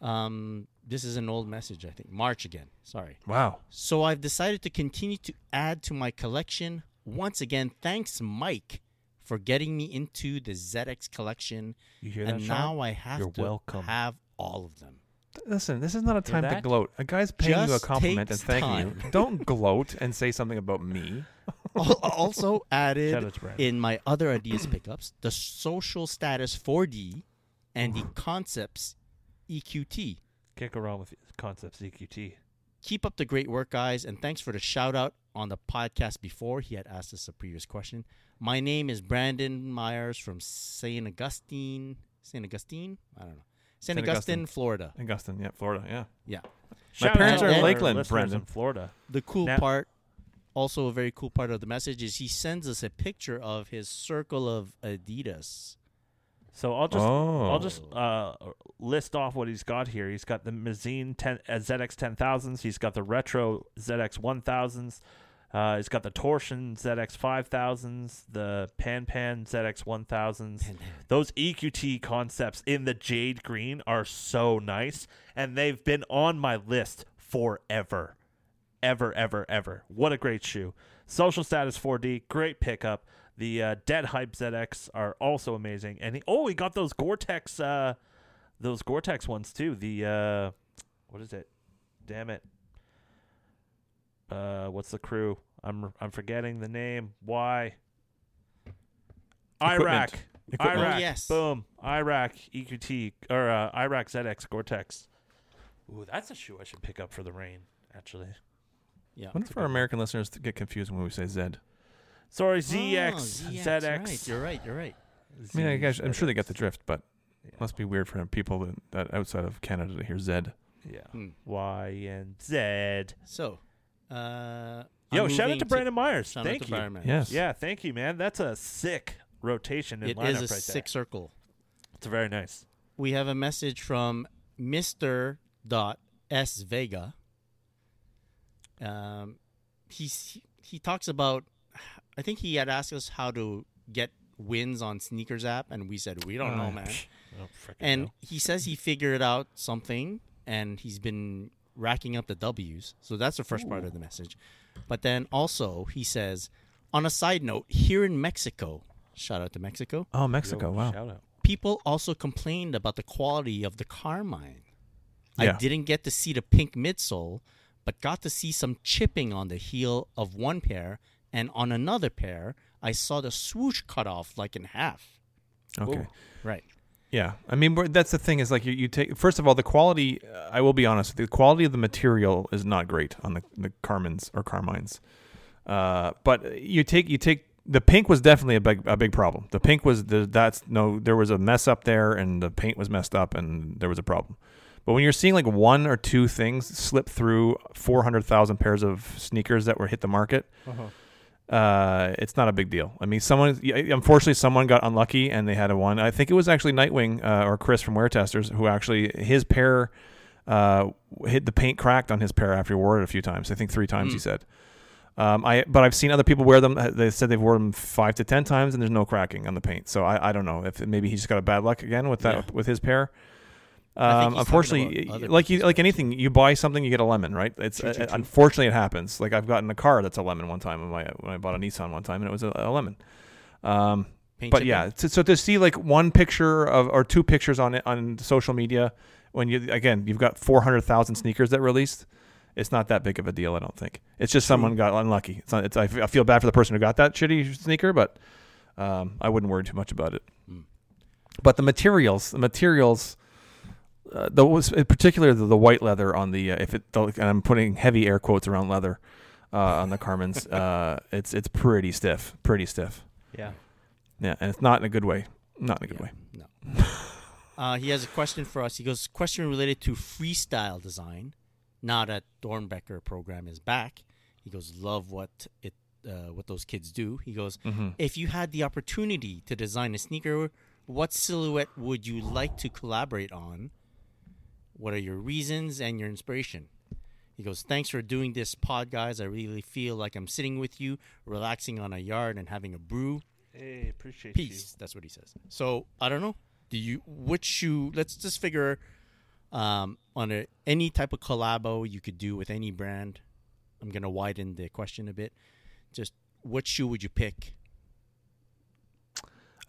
Speaker 3: Um, this is an old message, I think. March again. Sorry.
Speaker 2: Wow.
Speaker 3: So I've decided to continue to add to my collection. Once again, thanks, Mike, for getting me into the ZX collection.
Speaker 4: you hear that?
Speaker 3: and
Speaker 4: Sean?
Speaker 3: now I have
Speaker 4: You're
Speaker 3: to
Speaker 4: welcome.
Speaker 3: have all of them.
Speaker 2: Listen, this is not a time to
Speaker 4: that?
Speaker 2: gloat. A guy's paying you a
Speaker 3: Just
Speaker 2: compliment and
Speaker 3: takes
Speaker 2: thanking
Speaker 3: time.
Speaker 2: you. Don't gloat and say something about me.
Speaker 3: Al- also
Speaker 4: Shout
Speaker 3: added
Speaker 4: out to Brandon.
Speaker 3: in my other ideas pickups the social status 4D and the concepts E EQT.
Speaker 4: Can't go wrong with concepts EQT.
Speaker 3: Keep up the great work, guys, and thanks for the shout out on the podcast before. He had asked us a previous question. My name is Brandon Myers from St. Augustine. St. Augustine? I don't know. St.
Speaker 2: St.
Speaker 3: Augustine,
Speaker 2: Augustine.
Speaker 3: Florida.
Speaker 2: Augustin, yeah, Florida, yeah.
Speaker 3: Yeah.
Speaker 4: Shout
Speaker 3: parents
Speaker 4: out
Speaker 3: are in
Speaker 4: to our
Speaker 2: Lakeland,
Speaker 4: listeners
Speaker 2: Brandon.
Speaker 4: in Florida.
Speaker 3: The cool
Speaker 4: Now-
Speaker 3: part, also a very cool part of the message, is he sends us a picture of his circle of Adidas.
Speaker 4: So I'll just
Speaker 2: Oh.
Speaker 4: I'll just uh, list off what he's got here. He's got the Mazine 10, uh, ZX 10,000s. He's got the retro ZX 1000s. Uh, he's got the Torsion ZX 5000s, the Pan Pan ZX 1000s. Those EQT concepts in the jade green are so nice, and they've been on my list forever ever, ever, ever. What a great shoe. Social status 4D, great pickup. The uh, Dead Hype ZX are also amazing. And he, oh, he got those Gore-Tex, uh, those Gore-Tex ones too. The uh, what is it? Damn it. Uh, what's the crew? I'm I'm forgetting the name. Why?
Speaker 2: Equipment.
Speaker 4: Iraq.
Speaker 2: Equipment.
Speaker 4: Iraq.
Speaker 3: Oh, yes.
Speaker 4: Boom. Iraq EQT or uh, Iraq ZX Gore-Tex. Ooh, that's a shoe I should pick up for the rain. Actually,
Speaker 3: Yeah.
Speaker 2: I wonder if our American listeners get confused when we say Zed.
Speaker 4: sorry,
Speaker 3: Oh,
Speaker 4: ZX, ZX.
Speaker 3: Right. You're right. You're right.
Speaker 2: I mean, I guess, I'm sure they get the drift, but it must be weird for people that, that outside of Canada to hear Zed.
Speaker 4: Yeah.
Speaker 3: Hmm.
Speaker 4: Y and Z.
Speaker 3: So, uh,
Speaker 4: Yo,
Speaker 3: I'm
Speaker 4: shout out
Speaker 3: moving
Speaker 4: to Brandon Myers.
Speaker 3: shout out
Speaker 4: Thank
Speaker 3: to
Speaker 4: you.
Speaker 3: Brandon Myers.
Speaker 2: Yes.
Speaker 4: Yeah, thank you, man. That's a sick rotation in
Speaker 3: It
Speaker 4: lineup
Speaker 3: is a
Speaker 4: right
Speaker 3: sick circle.
Speaker 4: there. It's very nice.
Speaker 3: We have a message from Mister Dot S Vega. Um, he's he talks about. I think he had asked us how to get wins on sneakers app, and we said we don't know,
Speaker 2: Ah,
Speaker 3: man.
Speaker 4: Oh, frickin'
Speaker 3: And
Speaker 4: hell.
Speaker 3: he says he figured out something and he's been racking up the W's. So that's the first part of the message. But then also he says, on a side note, here in Mexico, shout out to Mexico,
Speaker 2: Oh, Mexico.
Speaker 4: Yo,
Speaker 2: wow.
Speaker 4: Shout out.
Speaker 3: people also complained about the quality of the Carmine. I
Speaker 2: Yeah.
Speaker 3: didn't get to see the pink midsole, but got to see some chipping on the heel of one pair, and on another pair, I saw the swoosh cut off like in half.
Speaker 2: Okay.
Speaker 3: Right.
Speaker 2: Yeah, I mean we're- that's the thing is like you, you take first of all the quality. Uh, I will be honest, the quality of the material is not great on the the Carmines or Carmines. Uh, but you take you take the pink was definitely a big a big problem. The pink was the that's no there was a mess up there and the paint was messed up and there was a problem. But when you're seeing like one or two things slip through four hundred thousand pairs of sneakers that were hit the market, uh, it's not a big deal. I mean, someone y- unfortunately someone got unlucky and they had a one. I think it was actually Nightwing uh, or Chris from Wear Testers who actually his pair uh, hit the paint cracked on his pair after he wore it a few times. I think three times he said. Um, I but I've seen other people wear them. uh, They said they've worn them five to ten times and there's no cracking on the paint. So I, I don't know if maybe he just got a bad luck again with that
Speaker 3: Yeah.
Speaker 2: with his pair.
Speaker 3: I think
Speaker 2: Um,
Speaker 3: he's talking
Speaker 2: unfortunately,
Speaker 3: about other
Speaker 2: like you,
Speaker 3: people's
Speaker 2: like anything, you buy something, you get a lemon, right? It's uh, unfortunately it happens. Like I've gotten a car that's a lemon one time when I when I bought a Nissan one time, and it was a, a lemon. Um,
Speaker 3: Paint
Speaker 2: but
Speaker 3: chipping.
Speaker 2: yeah, so, so to see like one picture of or two pictures on it on social media, when you again you've got four hundred thousand sneakers that released, it's not that big of a deal. I don't think it's just someone got unlucky. It's not. It's I f- I feel bad for the person who got that shitty sneaker, but um, I wouldn't worry too much about it. But the materials, the materials, uh, the was in particular the, the white leather on the uh, if it the, and I'm putting heavy air quotes around leather uh, on the Carmen's. uh, it's it's pretty stiff, pretty stiff.
Speaker 4: Yeah.
Speaker 2: Yeah, and it's not in a good way. Not in a good
Speaker 3: Yeah,
Speaker 2: way.
Speaker 3: No. uh, he has a question for us. He goes, question related to freestyle design. Now that Dornbecker program is back, he goes, love what it uh, what those kids do. He goes,
Speaker 2: Mm-hmm.
Speaker 3: if you had the opportunity to design a sneaker, what silhouette would you like to collaborate on? What are your reasons and your inspiration? He goes, Thanks for doing this pod, guys. I really feel like I'm sitting with you, relaxing on a yard and having a brew
Speaker 4: Hey, appreciate
Speaker 3: peace. That's what he says. So I don't know. Do you which shoe? Let's just figure um, on a, any type of collabo you could do with any brand. I'm gonna widen the question a bit. Just what shoe would you pick?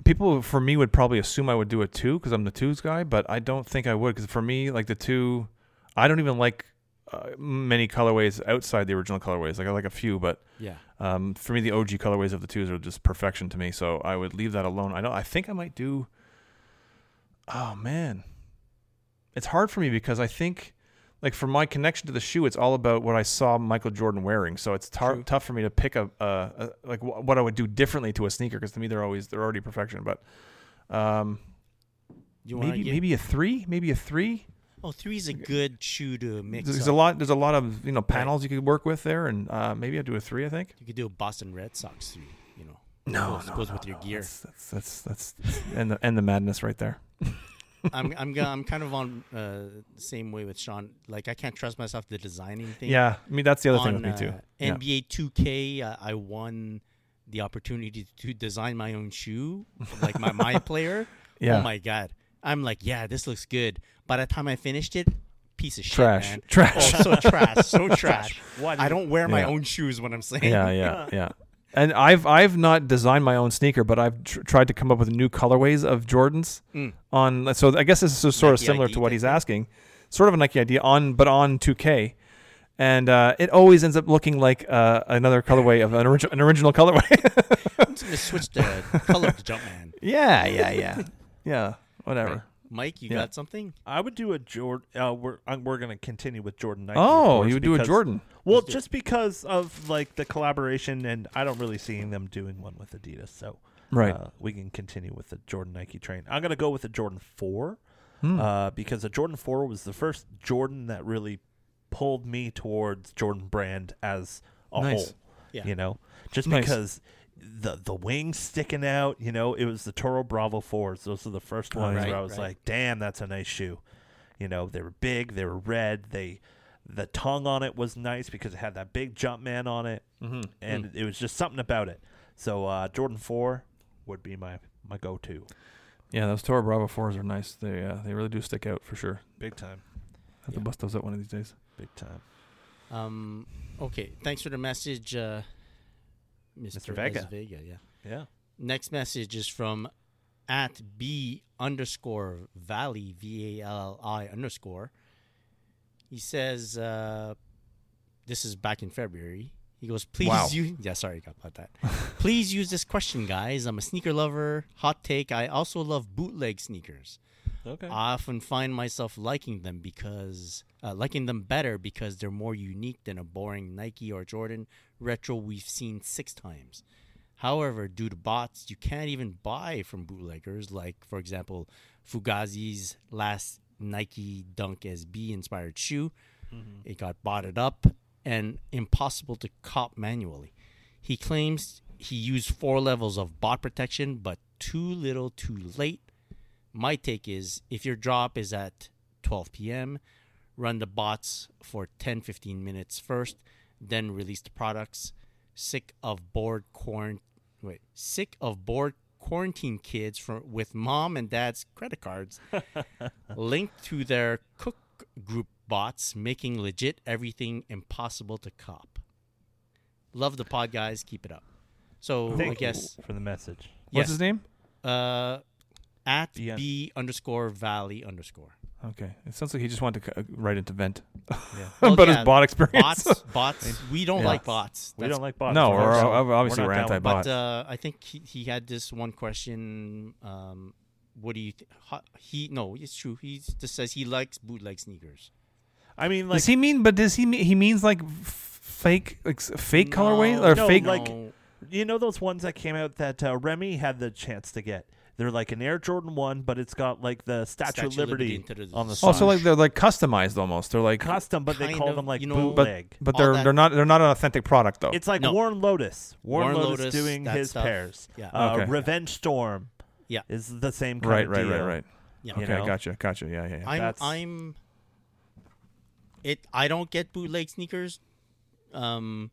Speaker 2: People for me would probably assume I would do a two because I'm the twos guy, but I don't think I would because for me, like the two, I don't even like uh, many colorways outside the original colorways. Like I like a few, but
Speaker 3: Yeah.
Speaker 2: um, for me, the OG colorways of the twos are just perfection to me. So I would leave that alone. I don't. I think I might do. Oh man, it's hard for me because I think, like, for my connection to the shoe, it's all about what I saw Michael Jordan wearing. So it's tar-
Speaker 3: True.
Speaker 2: tough for me to pick a, a, a like wh- what I would do differently to a sneaker because to me they're always they're already perfection. But um,
Speaker 3: You want
Speaker 2: maybe maybe a three, maybe a three.
Speaker 3: Oh, three is a good shoe to mix.
Speaker 2: There's a
Speaker 3: up.
Speaker 2: lot. There's a lot of you know panels you could work with there, and uh, maybe I'd do a three. I think.
Speaker 3: You could do a Boston Red Sox three. You know.
Speaker 2: No,
Speaker 3: goes,
Speaker 2: no,
Speaker 3: goes
Speaker 2: no,
Speaker 3: with your
Speaker 2: no.
Speaker 3: gear.
Speaker 2: That's that's that's, that's, and the and the madness right there.
Speaker 3: I'm I'm go- I'm kind of on uh, the same way with Sean. Like I can't trust myself to designing things.
Speaker 2: Yeah, I mean that's the other
Speaker 3: on,
Speaker 2: thing with me too.
Speaker 3: uh,
Speaker 2: Yeah.
Speaker 3: NBA 2K, uh, I won the opportunity to design my own shoe, like my my player.
Speaker 2: Yeah.
Speaker 3: Oh my god! I'm like, yeah, this looks good. By the time I finished it, piece of
Speaker 2: Trash.
Speaker 3: shit, man.
Speaker 2: Trash.
Speaker 3: Oh, so trash, so trash.
Speaker 4: Why
Speaker 3: I
Speaker 4: did-
Speaker 3: don't wear my
Speaker 2: Yeah.
Speaker 3: own shoes when I'm saying.
Speaker 2: yeah, yeah, yeah. And I've I've not designed my own sneaker, but I've tr- tried to come up with new colorways of Jordans on. So I guess this is sort of
Speaker 3: Nike
Speaker 2: similar
Speaker 3: ID
Speaker 2: to what
Speaker 3: type
Speaker 2: he's asking, sort of a Nike idea on, but on 2K, and uh, it always ends up looking like uh, another colorway of an original an original colorway.
Speaker 3: I'm just gonna switch the color to Jumpman.
Speaker 2: yeah, yeah, yeah, yeah. Whatever.
Speaker 3: Mike, you
Speaker 2: Yeah.
Speaker 3: got something?
Speaker 4: I would do a Jordan. Uh, we're uh, we're gonna continue with Jordan. Nike, of
Speaker 2: Oh,
Speaker 4: course,
Speaker 2: you would do a
Speaker 4: because- uh,
Speaker 2: Jordan.
Speaker 4: Well, just because of like the collaboration, and I don't really seeing them doing one with Adidas. So
Speaker 2: Right.
Speaker 4: uh, we can continue with the Jordan Nike train. I'm gonna go with the Jordan Four
Speaker 2: Hmm.
Speaker 3: Hmm.
Speaker 4: uh, because the Jordan Four was the first Jordan that really pulled me towards Jordan brand as a
Speaker 2: Nice.
Speaker 4: whole.
Speaker 3: Yeah.
Speaker 4: You know, just
Speaker 2: Nice.
Speaker 4: because. The, the wings sticking out, you know, it was the Toro Bravo fours. Those are the first ones
Speaker 3: Oh, right,
Speaker 4: where I was
Speaker 3: right.
Speaker 4: like, damn, that's a nice shoe. You know, they were big, they were red, they the tongue on it was nice because it had that big jump man on it. Mm-hmm.
Speaker 3: Hmm.
Speaker 4: And it was just something about it. So uh, Jordan four would be my, my go to.
Speaker 2: Yeah, those Toro Bravo fours are nice. They uh, they really do stick out for sure.
Speaker 4: Big time.
Speaker 2: I have to
Speaker 3: Yeah.
Speaker 2: bust those out one of these days.
Speaker 4: Big time.
Speaker 3: Um, okay, thanks for the message, uh, Mr.
Speaker 4: Vega.
Speaker 3: S. Vega. Yeah.
Speaker 4: Yeah.
Speaker 3: Next message is from at b underscore valley v a l l i underscore. He says, uh, "This is back in February." He goes, "Please
Speaker 2: Wow.
Speaker 3: you yeah sorry about that. Please use this question, guys. I'm a sneaker lover. Hot take: I also love bootleg sneakers.
Speaker 4: Okay.
Speaker 3: I often find myself liking them because uh, liking them better because they're more unique than a boring Nike or Jordan retro we've seen six times. However, due to bots, you can't even buy from bootleggers like, for example, Fugazi's last Nike Dunk SB inspired shoe. It got botted up and impossible to cop manually. He claims he used four levels of bot protection, but too little, too late. My take is if your drop is at 12 p.m., run the bots for 10 15 minutes first, then release the products. Sick of bored quarant wait, sick of bored quarantine kids from with mom and dad's credit cards linked to their cook group bots, making legit everything impossible to cop. Love the pod, guys. Keep it up. So I
Speaker 4: Thank
Speaker 3: guess
Speaker 4: you for the message.
Speaker 3: Yes.
Speaker 2: What's his name?
Speaker 3: uh, at
Speaker 4: The end.
Speaker 3: b underscore valley underscore.
Speaker 2: Okay, it sounds like he just wanted to c- uh, write into vent
Speaker 3: Well,
Speaker 2: about
Speaker 3: yeah,
Speaker 2: his bot experience.
Speaker 3: Bots, bots. We don't
Speaker 2: Yeah.
Speaker 3: like bots.
Speaker 4: we don't like bots.
Speaker 2: no,
Speaker 4: We're
Speaker 2: we're,
Speaker 4: not-
Speaker 2: ob- obviously
Speaker 4: not
Speaker 2: we're,
Speaker 4: down with
Speaker 2: anti-bot.
Speaker 3: But uh, I think he, he had this one question. Um, what do you? Th- ho- he no, it's true. He just says he likes bootleg sneakers.
Speaker 4: I mean, like,
Speaker 2: does he mean? But does he mean? He means like f- fake, like s- fake colorways or
Speaker 4: no,
Speaker 2: fake?
Speaker 4: like- you know those ones that came out that uh, Remy had the chance to get? They're like an Air Jordan 1, but it's got like the Statue,
Speaker 3: Statue
Speaker 4: of
Speaker 3: of
Speaker 4: Liberty,
Speaker 3: Liberty into the-
Speaker 4: on the
Speaker 2: oh,
Speaker 4: side.
Speaker 2: so like they're like customized almost. They're like,
Speaker 4: custom, but they
Speaker 3: Kind
Speaker 4: call
Speaker 3: of,
Speaker 4: them like
Speaker 3: you know-
Speaker 2: but
Speaker 4: bootleg.
Speaker 2: but
Speaker 3: All
Speaker 2: they're
Speaker 3: that-
Speaker 2: they're not they're not an authentic product though.
Speaker 4: It's like
Speaker 3: No.
Speaker 4: Warren Lotus. Warren,
Speaker 3: Warren
Speaker 4: Lotus,
Speaker 3: Lotus,
Speaker 4: doing
Speaker 3: that
Speaker 4: his
Speaker 3: stuff.
Speaker 4: pairs.
Speaker 3: Yeah.
Speaker 4: Uh,
Speaker 2: Okay.
Speaker 4: Revenge Storm
Speaker 3: Yeah.
Speaker 4: is the same kind
Speaker 2: right,
Speaker 4: of
Speaker 2: right, right,
Speaker 4: deal.
Speaker 2: right.
Speaker 3: Yeah.
Speaker 4: You
Speaker 2: Okay,
Speaker 4: know?
Speaker 2: gotcha, gotcha. Yeah, yeah. yeah.
Speaker 3: I'm
Speaker 4: That's-
Speaker 3: I'm it I don't get bootleg sneakers. Um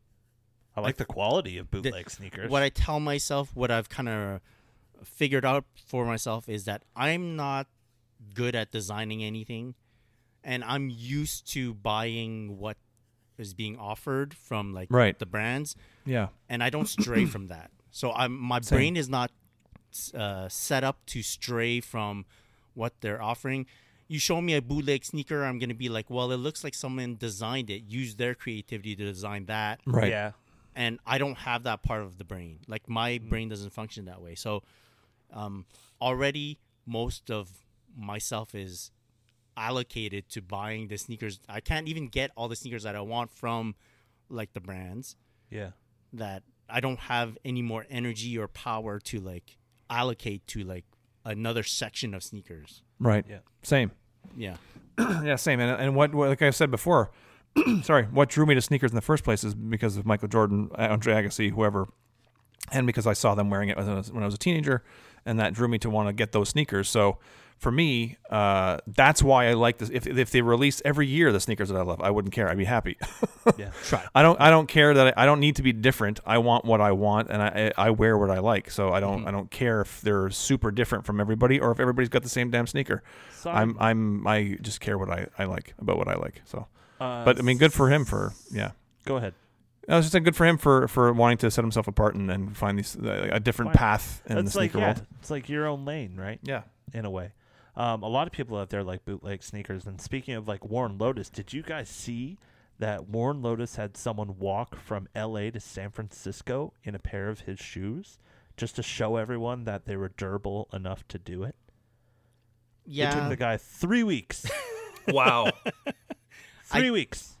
Speaker 4: I like the quality of bootleg
Speaker 3: the-
Speaker 4: sneakers.
Speaker 3: What I tell myself, what I've kind of figured out for myself is that I'm not good at designing anything and I'm used to buying what is being offered from like
Speaker 2: Right.
Speaker 3: the brands
Speaker 2: yeah.
Speaker 3: and I don't stray from that. So I'm my
Speaker 2: Same.
Speaker 3: brain is not uh, set up to stray from what they're offering. You show me a bootleg sneaker, I'm gonna be like, well, it looks like someone designed it, used their creativity to design that,
Speaker 2: Right.
Speaker 4: Yeah.
Speaker 3: and I don't have that part of the brain. Like my
Speaker 4: Mm.
Speaker 3: brain doesn't function that way. So um, already most of myself is allocated to buying the sneakers. I can't even get all the sneakers that I want from like the brands
Speaker 4: Yeah.
Speaker 3: that I don't have any more energy or power to like allocate to like another section of sneakers.
Speaker 2: Right.
Speaker 4: Yeah.
Speaker 2: Same.
Speaker 3: Yeah.
Speaker 2: Yeah, same. And, and what, what, like I said before, sorry, what drew me to sneakers in the first place is because of Michael Jordan, uh, Andre Agassi, whoever, and because I saw them wearing it when I was, when I was a teenager, and that drew me to want to get those sneakers. So for me, uh, that's why I like this. If, if they released every year the sneakers that I love, I wouldn't care. I'd be happy.
Speaker 4: Yeah.
Speaker 2: I don't. I don't care that I, I don't need to be different. I want what I want, and I I I wear what I like. So I don't. I don't care if they're super different from everybody, or if everybody's got the same damn sneaker.
Speaker 4: Sorry.
Speaker 2: I'm. I'm. I just care what I I like about what I like. So,
Speaker 4: Uh,
Speaker 2: but I mean, good for him for yeah.
Speaker 4: Go ahead.
Speaker 2: No, it's just uh, good for him for, for wanting to set himself apart and, and find these uh, a different
Speaker 4: Fine.
Speaker 2: path in the
Speaker 4: That's like
Speaker 2: sneaker
Speaker 4: yeah,
Speaker 2: world.
Speaker 4: it's like your own lane, right?
Speaker 2: Yeah.
Speaker 4: In a way. Um, a lot of people out there like bootleg sneakers. And speaking of like Warren Lotus, did you guys see that Warren Lotus had someone walk from L.A. to San Francisco in a pair of his shoes just to show everyone that they were durable enough to do it? It took
Speaker 3: Yeah.
Speaker 4: the guy three weeks.
Speaker 5: Wow.
Speaker 4: three weeks.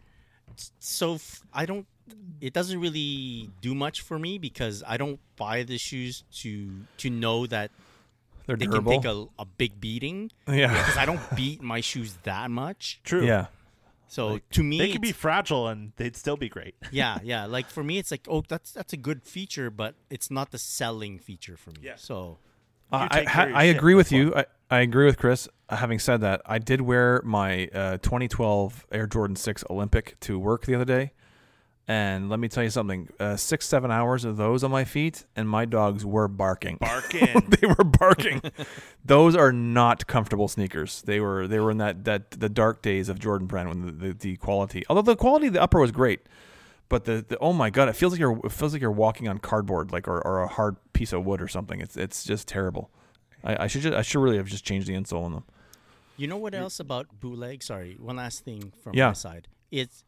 Speaker 3: so f- I don't. It doesn't really do much for me because I don't buy the shoes to to know that
Speaker 2: They're
Speaker 3: they
Speaker 2: durable.
Speaker 3: can take a, a big beating
Speaker 2: yeah.
Speaker 3: because I don't beat my shoes that much.
Speaker 4: True.
Speaker 2: yeah.
Speaker 3: So to me,
Speaker 4: They could be
Speaker 3: it's-
Speaker 4: fragile and they'd still be great.
Speaker 3: yeah, yeah. Like for me, it's like oh, that's that's a good feature, but it's not the selling feature for me.
Speaker 4: Yeah.
Speaker 3: So
Speaker 2: Uh, I,
Speaker 4: take care
Speaker 2: ha-
Speaker 4: of your
Speaker 2: I
Speaker 4: shit,
Speaker 2: agree with
Speaker 4: that's why.
Speaker 2: you. I, I agree with Chris. Uh, Having said that, I did wear my uh, 2012 Air Jordan 6 Olympic to work the other day. And let me tell you something uh, six, seven hours of those on my feet, and my dogs were barking.
Speaker 4: Barking.
Speaker 2: they were barking. those are not comfortable sneakers. They were they were in that, that the dark days of Jordan Brand when the, the, the quality, although the quality of the upper was great. But the, the oh my god, it feels like you're it feels like you're walking on cardboard, like or, or a hard piece of wood or something. It's it's just terrible. I, I should just, I should really have just changed the insole on them.
Speaker 3: you know what else about bootleg? Sorry, one last thing from
Speaker 2: Yeah.
Speaker 3: my side. It's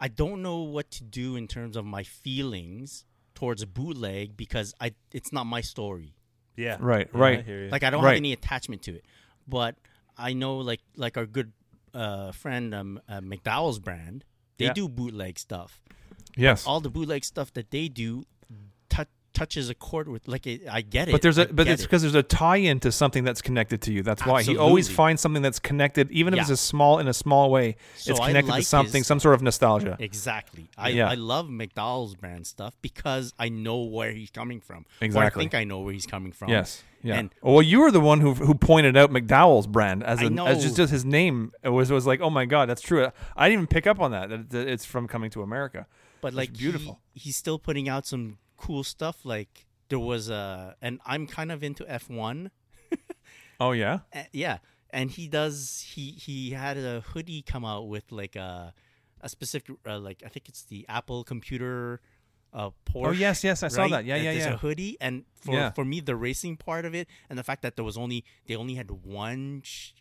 Speaker 3: I don't know what to do in terms of my feelings towards a bootleg because I it's not my story.
Speaker 4: yeah.
Speaker 2: Right,
Speaker 4: Yeah, I
Speaker 2: right.
Speaker 4: hear you.
Speaker 3: Like I don't
Speaker 2: Right.
Speaker 3: have any attachment to it, but I know like like our good uh, friend um, uh, McDowell's brand, they
Speaker 2: Yeah.
Speaker 3: do bootleg stuff.
Speaker 2: Yes,
Speaker 3: All the bootleg stuff that they do tou touches a chord with like it, I get it.
Speaker 2: but there's
Speaker 3: a
Speaker 2: a but it's because there's a tie-in to something that's connected to you. That's why he always
Speaker 3: Absolutely.
Speaker 2: finds something that's connected, even if it's
Speaker 3: Yeah.
Speaker 2: a small in a small way.
Speaker 3: So
Speaker 2: it's
Speaker 3: I
Speaker 2: connected
Speaker 3: like
Speaker 2: to something,
Speaker 3: his-
Speaker 2: some sort of nostalgia.
Speaker 3: exactly. I
Speaker 2: Yeah.
Speaker 3: I love McDowell's brand stuff because I know where he's coming from. Or
Speaker 2: Exactly.
Speaker 3: I think I know where he's coming from.
Speaker 2: Yes. Yeah.
Speaker 3: And
Speaker 2: well, you were the one who who pointed out McDowell's brand as,
Speaker 3: I
Speaker 2: a, as just,
Speaker 3: know.
Speaker 2: just his name. It was was like, oh my god, that's true. I didn't even pick up on that. that- that It's from Coming to America.
Speaker 3: but like
Speaker 2: beautiful.
Speaker 3: he- he's still putting out some cool stuff. Like there was a and I'm kind of into F one.
Speaker 2: Oh yeah.
Speaker 3: Uh, yeah, and he does. He he had a hoodie come out with like a a specific uh, like I think it's the Apple computer. Uh, Porsche,
Speaker 2: Oh, yes, yes, I saw
Speaker 3: right?
Speaker 2: that. Yeah,
Speaker 3: And
Speaker 2: yeah,
Speaker 3: there's
Speaker 2: yeah.
Speaker 3: A hoodie, and for
Speaker 2: Yeah.
Speaker 3: for me, the racing part of it, and the fact that there was only they only had one sh-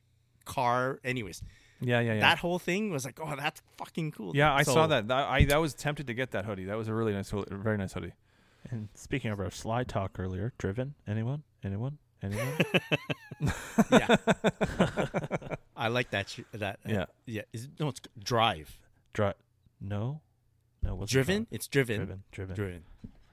Speaker 3: car. Anyways,
Speaker 2: Yeah. Yeah. Yeah.
Speaker 3: that whole thing was like, oh, that's fucking cool.
Speaker 2: yeah, I saw
Speaker 3: So-
Speaker 2: that. That- I that was tempted to get that hoodie. That was a really nice, hoodie- very nice hoodie.
Speaker 4: And speaking of our sly talk earlier, driven, anyone? Anyone? Anyone?
Speaker 3: yeah, I like that. Sh- that uh,
Speaker 2: Yeah.
Speaker 3: yeah. Is, no, it's drive
Speaker 4: Dri- no? No, what's
Speaker 3: driven. It's driven.
Speaker 4: driven. Driven.
Speaker 3: Driven.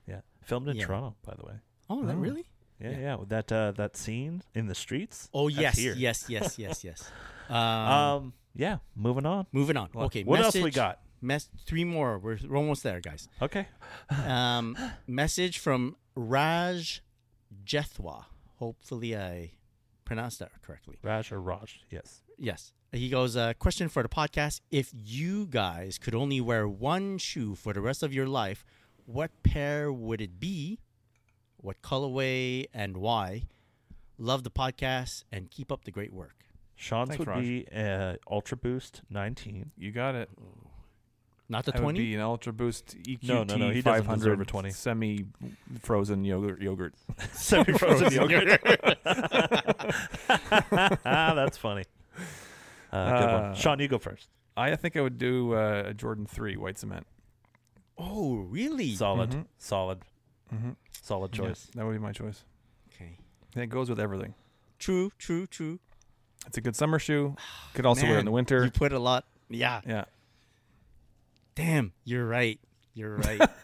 Speaker 4: Yeah. Filmed in
Speaker 3: Yeah.
Speaker 4: Toronto, by the way.
Speaker 3: Oh, that really?
Speaker 4: Yeah, yeah.
Speaker 3: Yeah.
Speaker 4: with That uh, that scene in the streets.
Speaker 3: Oh
Speaker 4: that's
Speaker 3: yes,
Speaker 4: here.
Speaker 3: yes, yes, yes, yes. Um,
Speaker 4: Um yeah, moving on.
Speaker 3: moving on. Okay,
Speaker 4: what else we
Speaker 3: message-
Speaker 4: got?
Speaker 3: Mes- three more. We're, we're almost there, guys.
Speaker 4: Okay.
Speaker 3: Um, message from Raj Jethwa. Hopefully, I pronounced that correctly.
Speaker 4: Raj or Raj, yes.
Speaker 3: Yes. He goes, uh, question for the podcast. If you guys could only wear one shoe for the rest of your life, what pair would it be? What colorway and why? Love the podcast and keep up the great work.
Speaker 4: Sean's
Speaker 2: Thanks,
Speaker 4: would
Speaker 2: Raj.
Speaker 4: be uh, Ultra Boost nineteen.
Speaker 2: You got it.
Speaker 4: Oh.
Speaker 3: Not the
Speaker 2: That would
Speaker 3: 20?
Speaker 2: be an Ultra Boost E EQT
Speaker 4: No, no, no, he doesn't deserve a
Speaker 2: 500
Speaker 4: 20.
Speaker 2: semi-frozen yogurt. Yogurt.
Speaker 4: Semi frozen yogurt. ah, that's funny. Uh, good
Speaker 2: Uh,
Speaker 4: one. Sean, you go first.
Speaker 2: I think I would do uh, a Jordan Three White Cement.
Speaker 3: Oh, really?
Speaker 4: Solid. Solid.
Speaker 2: Mhm.
Speaker 4: Solid choice.
Speaker 2: That would be my choice.
Speaker 3: okay.
Speaker 2: And it goes with everything.
Speaker 3: True, true, true.
Speaker 2: It's a good summer shoe. Could also wear it in
Speaker 3: Man,
Speaker 2: the winter.
Speaker 3: You put a lot. Yeah.
Speaker 2: yeah.
Speaker 3: Damn, you're right. You're right.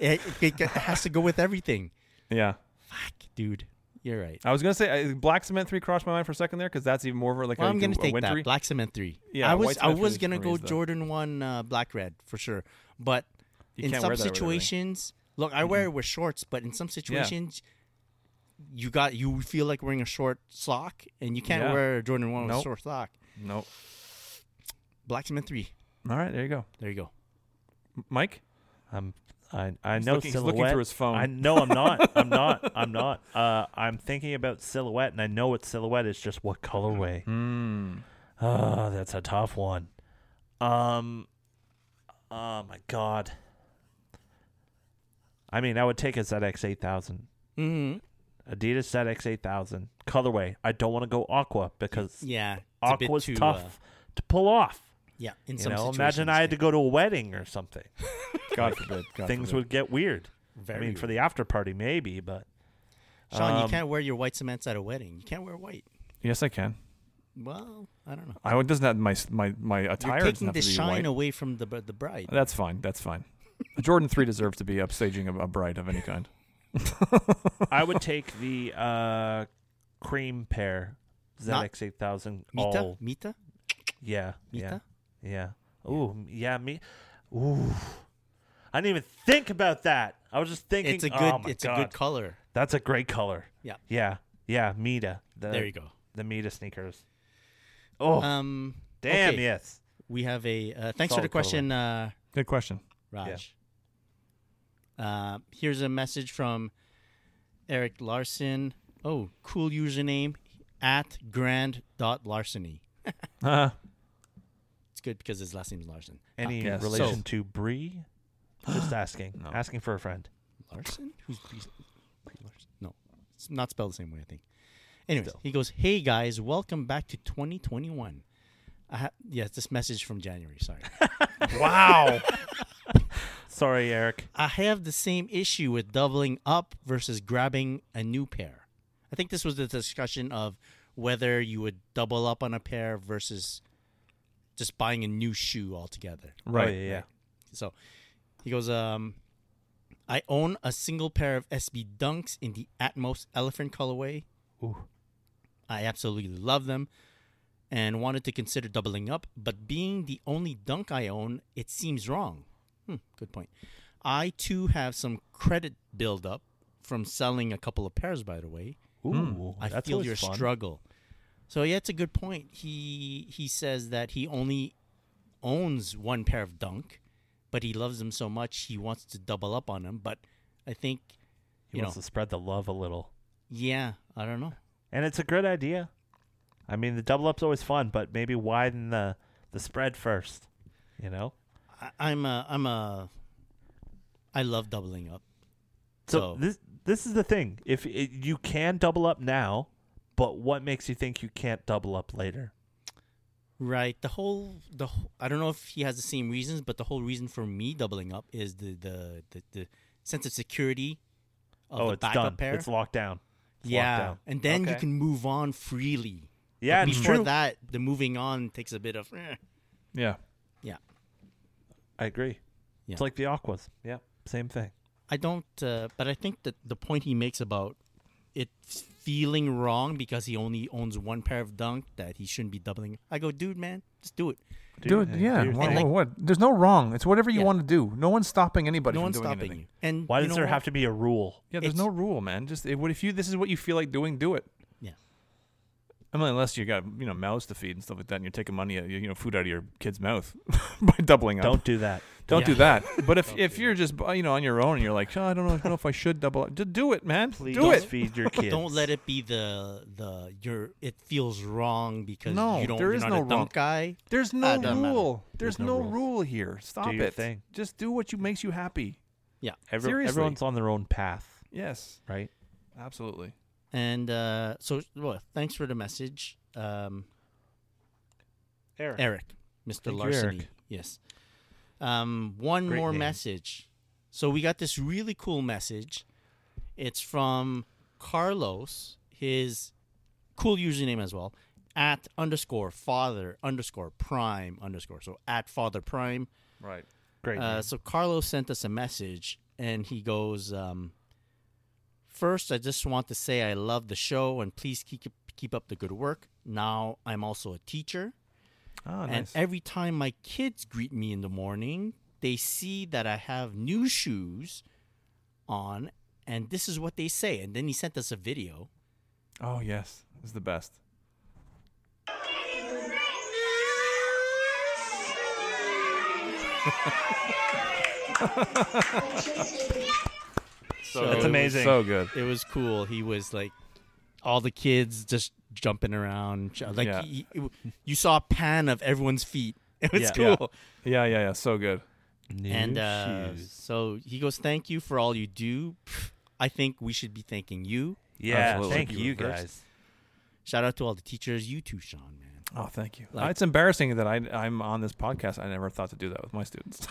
Speaker 3: it, it, it has to go with everything.
Speaker 2: Yeah.
Speaker 3: Fuck, dude. You're right.
Speaker 2: I was gonna say uh, black cement three crossed my mind for a second there because that's even more of a, like
Speaker 3: Well,
Speaker 2: a,
Speaker 3: I'm gonna
Speaker 2: a
Speaker 3: take
Speaker 2: wintry.
Speaker 3: that black cement three.
Speaker 2: Yeah,
Speaker 3: I
Speaker 2: white
Speaker 3: was I
Speaker 2: cement
Speaker 3: was
Speaker 2: three
Speaker 3: gonna
Speaker 2: for me
Speaker 3: go
Speaker 2: is the-
Speaker 3: Jordan one uh, black red for sure, but
Speaker 2: You
Speaker 3: in
Speaker 2: can't
Speaker 3: some
Speaker 2: wear that with everything.
Speaker 3: situations, look, I
Speaker 2: Mm-hmm.
Speaker 3: wear it with shorts, but in some situations, you got you feel like wearing a short sock, and you can't
Speaker 2: Yeah.
Speaker 3: wear a Jordan one with a
Speaker 2: Nope.
Speaker 3: short sock.
Speaker 2: Nope.
Speaker 3: Black cement three.
Speaker 2: All right, there you go,
Speaker 3: There you go.
Speaker 2: M- Mike.
Speaker 4: I'm. I, I
Speaker 2: He's
Speaker 4: know
Speaker 2: looking- he's
Speaker 4: silhouette.
Speaker 2: looking through his phone.
Speaker 4: I know I'm not. I'm not. I'm not. Uh, I'm thinking about silhouette, and I know it's silhouette. It's just what colorway.
Speaker 2: Mm.
Speaker 4: Oh, that's a tough one. Um. Oh my god. I mean, I would take a ZX8000.
Speaker 3: Mm-hmm.
Speaker 4: Adidas ZX8000. Colorway. I don't want to go aqua because
Speaker 3: Yeah. it's a bit
Speaker 4: aqua's
Speaker 3: too,
Speaker 4: tough
Speaker 3: uh,
Speaker 4: to pull off.
Speaker 3: yeah. In
Speaker 4: You
Speaker 3: some
Speaker 4: know,
Speaker 3: situations,
Speaker 4: imagine I had to go to a wedding or something.
Speaker 2: God forbid. God
Speaker 4: Things
Speaker 2: forbid.
Speaker 4: would get weird. I
Speaker 3: Very
Speaker 4: mean, for the after party, maybe, but
Speaker 3: Sean,
Speaker 4: um,
Speaker 3: you can't wear your white cements at a wedding. You can't wear white.
Speaker 2: Yes, I can.
Speaker 3: Well, I don't know.
Speaker 2: I would- doesn't have my s- my my attire.
Speaker 3: You're
Speaker 2: doesn't
Speaker 3: taking
Speaker 2: have
Speaker 3: the
Speaker 2: to be
Speaker 3: shine
Speaker 2: white.
Speaker 3: away from the br- the bride.
Speaker 4: Uh,
Speaker 2: That's fine. That's fine. A Jordan three deserves to be upstaging a, a bride of any kind.
Speaker 4: I would take the uh, cream pair
Speaker 3: Not-
Speaker 4: ZX8000.
Speaker 3: Mita,
Speaker 4: all-
Speaker 3: Mita,
Speaker 4: Yeah.
Speaker 3: Mita.
Speaker 4: Yeah. Yeah. Ooh, m- yeah, me. Ooh. I didn't even think about that. I was just thinking
Speaker 3: It's a good.
Speaker 4: oh my
Speaker 3: it's
Speaker 4: God.
Speaker 3: a good color.
Speaker 4: That's a great color.
Speaker 3: Yeah.
Speaker 4: Yeah. Yeah, Mita. The,
Speaker 3: there you go.
Speaker 4: The Mita sneakers. Uh, Oh,
Speaker 3: Um,
Speaker 4: damn,
Speaker 3: okay.
Speaker 4: yes.
Speaker 3: We have a. Uh, thanks for
Speaker 4: Solid
Speaker 3: the question, uh,
Speaker 2: Good question.
Speaker 3: Raj. Uh, here's a message from Eric Larson. Oh, cool username at grand dot larceny.
Speaker 4: Uh-huh.
Speaker 2: Uh,
Speaker 3: It's good because his last name's Larson.
Speaker 4: Any
Speaker 2: yes.
Speaker 4: relation
Speaker 3: So-
Speaker 4: to Bree? Just asking.
Speaker 2: No.
Speaker 4: Asking for a friend.
Speaker 3: Larson? Who's Brie Brie Larson? No, it's not spelled the same way. I think. Anyways, he goes, "Hey guys, welcome back to 2021." I ha- yeah, this message from January. Sorry,
Speaker 2: wow.
Speaker 4: Sorry, Eric.
Speaker 3: I have the same issue with doubling up versus grabbing a new pair. I think this was the discussion of whether you would double up on a pair versus just buying a new shoe altogether.
Speaker 2: right.
Speaker 4: Oh, yeah, yeah.
Speaker 3: So he goes, um, I own a single pair of SB Dunks in the Atmos Elephant colorway.
Speaker 4: Ooh.
Speaker 3: I absolutely love them and wanted to consider doubling up, but being the only dunk I own, it seems wrong. Hmm, good point. I too have some credit buildup from selling a couple of pairs, by the way.
Speaker 4: Ooh.
Speaker 3: Hmm. I
Speaker 4: that's
Speaker 3: feel
Speaker 4: always
Speaker 3: your
Speaker 4: fun.
Speaker 3: struggle. So yeah, it's a good point. He he says that he only owns one pair of Dunk, but he loves them so much he wants to double up on them. But I think
Speaker 4: He
Speaker 3: you know,
Speaker 4: wants to spread the love a little.
Speaker 3: yeah, I don't know.
Speaker 4: And it's a good idea. I mean, the double up's always fun, but maybe widen the, the spread first. You know?
Speaker 3: I, I'm a I'm a I love doubling up.
Speaker 4: So,
Speaker 3: So-
Speaker 4: this this is the thing. If it, you can double up now, but what makes you think you can't double up later?
Speaker 3: Right. The whole the wh- I don't know if he has the same reasons, but the whole reason for me doubling up is the the the, the sense of security of
Speaker 4: oh,
Speaker 3: the
Speaker 4: it's
Speaker 3: backup
Speaker 4: done.
Speaker 3: pair.
Speaker 4: It's locked down. It's locked
Speaker 3: yeah,
Speaker 4: down.
Speaker 3: and then you
Speaker 2: Okay.
Speaker 3: can move on freely.
Speaker 4: Yeah, it's
Speaker 3: Before
Speaker 4: true.
Speaker 3: that, the moving on takes a bit of. eh.
Speaker 2: Yeah.
Speaker 3: Yeah,
Speaker 4: I agree.
Speaker 3: Yeah.
Speaker 4: It's like the Aquas. Yeah, same thing.
Speaker 3: I don't. Uh, but I think that the point he makes about it feeling wrong because he only owns one pair of dunk that he shouldn't be doubling. I go, dude, man, just do it.
Speaker 2: Dude, yeah.
Speaker 4: dude,
Speaker 2: What,
Speaker 3: And, like-
Speaker 2: what, what? There's no wrong. It's whatever you
Speaker 3: Yeah.
Speaker 2: want to do. No one's stopping anybody
Speaker 3: no
Speaker 2: from
Speaker 3: one's
Speaker 2: doing
Speaker 3: stopping
Speaker 2: anything.
Speaker 3: you. And
Speaker 4: Why
Speaker 3: you
Speaker 4: does
Speaker 3: know
Speaker 4: there
Speaker 3: what?
Speaker 4: have to be a rule?
Speaker 2: Yeah, there's
Speaker 3: It's-
Speaker 2: no rule, man. Just if, what if you this is what you feel like doing, do it.
Speaker 3: Yeah.
Speaker 2: I mean, unless you got you know mouths to feed and stuff like that, and you're taking money, uh, you you know, food out of your kid's mouth by doubling up.
Speaker 4: Don't do that.
Speaker 2: Don't
Speaker 3: Yeah.
Speaker 2: do that. But if if you're just uh, you know on your own and you're like, oh, I don't know, I don't know if I should double up. Just do it, man.
Speaker 4: Please
Speaker 2: do it.
Speaker 4: feed your kids.
Speaker 3: Don't let it be the the your. It feels wrong because
Speaker 2: No,
Speaker 3: you don't.
Speaker 2: there
Speaker 3: you're
Speaker 2: is
Speaker 3: not
Speaker 2: no
Speaker 3: a
Speaker 2: wrong.
Speaker 3: dunk guy.
Speaker 2: There's no
Speaker 3: Ah, doesn't matter.
Speaker 2: rule. There's,
Speaker 4: There's no
Speaker 2: no,
Speaker 4: rules.
Speaker 2: rule here. Stop
Speaker 4: your
Speaker 2: it.
Speaker 4: thing.
Speaker 2: Just do what you makes you happy.
Speaker 3: Yeah,
Speaker 4: Every-
Speaker 2: seriously.
Speaker 4: everyone's on their own path,
Speaker 2: Yes,
Speaker 4: right?
Speaker 2: absolutely.
Speaker 3: and uh, so well, thanks for the message, um,
Speaker 4: Eric.
Speaker 3: Eric, Mr.
Speaker 4: Thank you,
Speaker 3: Larceny.
Speaker 4: Eric.
Speaker 3: Yes. Um, one
Speaker 4: Great
Speaker 3: more
Speaker 4: name.
Speaker 3: message. So we got this really cool message. It's from Carlos. His cool username as well. At underscore father underscore prime underscore. So at father prime.
Speaker 2: Right.
Speaker 4: Great.
Speaker 3: Uh,
Speaker 4: name.
Speaker 3: so Carlos sent us a message, and he goes, um, First, I just want to say I love the show, and please keep keep up the good work. Now I'm also a teacher,
Speaker 2: Oh, nice.
Speaker 3: and every time my kids greet me in the morning, they see that I have new shoes on, and this is what they say. And then he sent us a video.
Speaker 2: oh yes, it's the best.
Speaker 3: So
Speaker 4: That's
Speaker 3: it was-
Speaker 4: amazing.
Speaker 2: So good.
Speaker 3: It was cool. He was like, all the kids just jumping around. ch- Like
Speaker 2: Yeah.
Speaker 3: he- he- you saw a pan of everyone's feet. It was
Speaker 4: Yeah.
Speaker 3: cool.
Speaker 2: Yeah, yeah, yeah. So good.
Speaker 5: New
Speaker 3: and uh,
Speaker 5: shoes.
Speaker 3: so he goes, "Thank you for all you do. Pff, I think we should be thanking you.
Speaker 4: Yeah,
Speaker 5: Absolutely.
Speaker 4: thank
Speaker 5: Should be
Speaker 4: you
Speaker 5: reversed.
Speaker 4: guys.
Speaker 3: Shout out to all the teachers. You too, Sean, man.
Speaker 2: Oh, thank you.
Speaker 3: Like-
Speaker 2: it's embarrassing that I, I'm on this podcast. I never thought to do that with my students.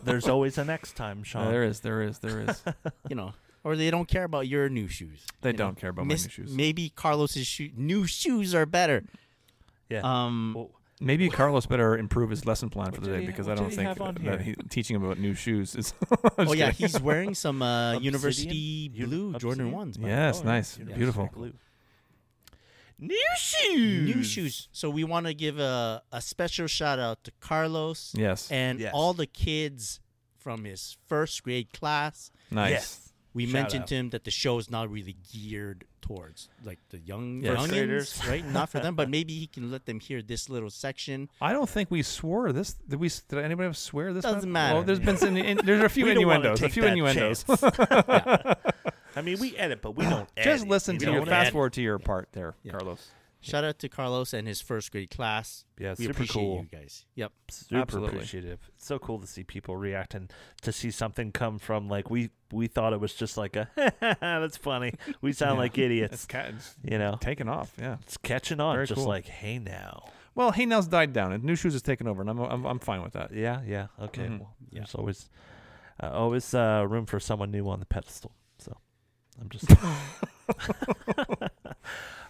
Speaker 4: There's always a next time, Sean.
Speaker 2: there is, there is, there is.
Speaker 3: You know, or they don't care about your new shoes.
Speaker 2: They
Speaker 3: you know.
Speaker 2: don't care about
Speaker 3: Miss-
Speaker 2: my new shoes.
Speaker 3: Maybe Carlos's shoe- new shoes are better.
Speaker 4: Yeah.
Speaker 3: Um,
Speaker 4: Well,
Speaker 2: Maybe Carlos better improve his lesson plan for the
Speaker 4: did
Speaker 2: day
Speaker 4: he-
Speaker 2: because
Speaker 4: what
Speaker 2: I
Speaker 4: did
Speaker 2: don't
Speaker 4: he
Speaker 2: think
Speaker 4: have on
Speaker 2: that
Speaker 4: here?
Speaker 2: he, teaching him about new shoes is.
Speaker 3: oh yeah, he's wearing some uh,
Speaker 4: Obsidian?
Speaker 3: university
Speaker 4: Uni-
Speaker 3: blue Jordan
Speaker 4: Obsidian?
Speaker 3: ones. man.
Speaker 2: yes,
Speaker 4: Oh, yeah.
Speaker 2: nice,
Speaker 4: University
Speaker 2: beautiful.
Speaker 4: Blue. New shoes.
Speaker 3: New shoes. So we want to give a, a special shout out to Carlos
Speaker 2: Yes,
Speaker 3: and
Speaker 4: Yes.
Speaker 3: all the kids from his first grade class.
Speaker 2: nice.
Speaker 4: Yes.
Speaker 3: We
Speaker 4: Shout
Speaker 3: mentioned
Speaker 4: out.
Speaker 3: to him that the show is not really geared towards like the young
Speaker 2: Yes.
Speaker 3: youngins,
Speaker 4: Graders.
Speaker 3: right? Not for them, but maybe he can let them hear this little section.
Speaker 2: I don't think we swore this. Did we? Did anybody else swear this?
Speaker 3: Doesn't
Speaker 2: time?
Speaker 3: matter.
Speaker 2: Well, there's been some. In, there's a few
Speaker 4: We don't wanna
Speaker 2: innuendos. A
Speaker 4: take
Speaker 2: few
Speaker 4: that
Speaker 2: innuendos.
Speaker 4: chance. I mean, we edit, but we don't edit.
Speaker 2: Just listen
Speaker 4: We
Speaker 2: to
Speaker 4: don't
Speaker 2: your fast
Speaker 4: edit.
Speaker 2: forward to your part there,
Speaker 3: Yeah.
Speaker 2: Carlos.
Speaker 3: Shout out to Carlos and his first grade class.
Speaker 4: Yeah,
Speaker 3: we
Speaker 4: super
Speaker 3: appreciate
Speaker 4: cool.
Speaker 3: you guys. Yep.
Speaker 4: Super
Speaker 2: Absolutely.
Speaker 4: appreciative. It's so cool to see people react and to see something come from like we we thought it was just like a that's funny. We sound like
Speaker 2: It's,
Speaker 4: idiots.
Speaker 2: ca- it's
Speaker 4: You know,
Speaker 2: taken off. Yeah.
Speaker 4: it's catching on.
Speaker 2: Very
Speaker 4: just
Speaker 2: cool.
Speaker 4: like hey now.
Speaker 2: Well, Hey Now's died down, and New Shoes has taken over, and I'm I'm, I'm fine with that.
Speaker 4: Yeah, yeah. Okay.
Speaker 2: Mhm.
Speaker 4: Well, there's always uh, always uh, room for someone new on the pedestal. So I'm just.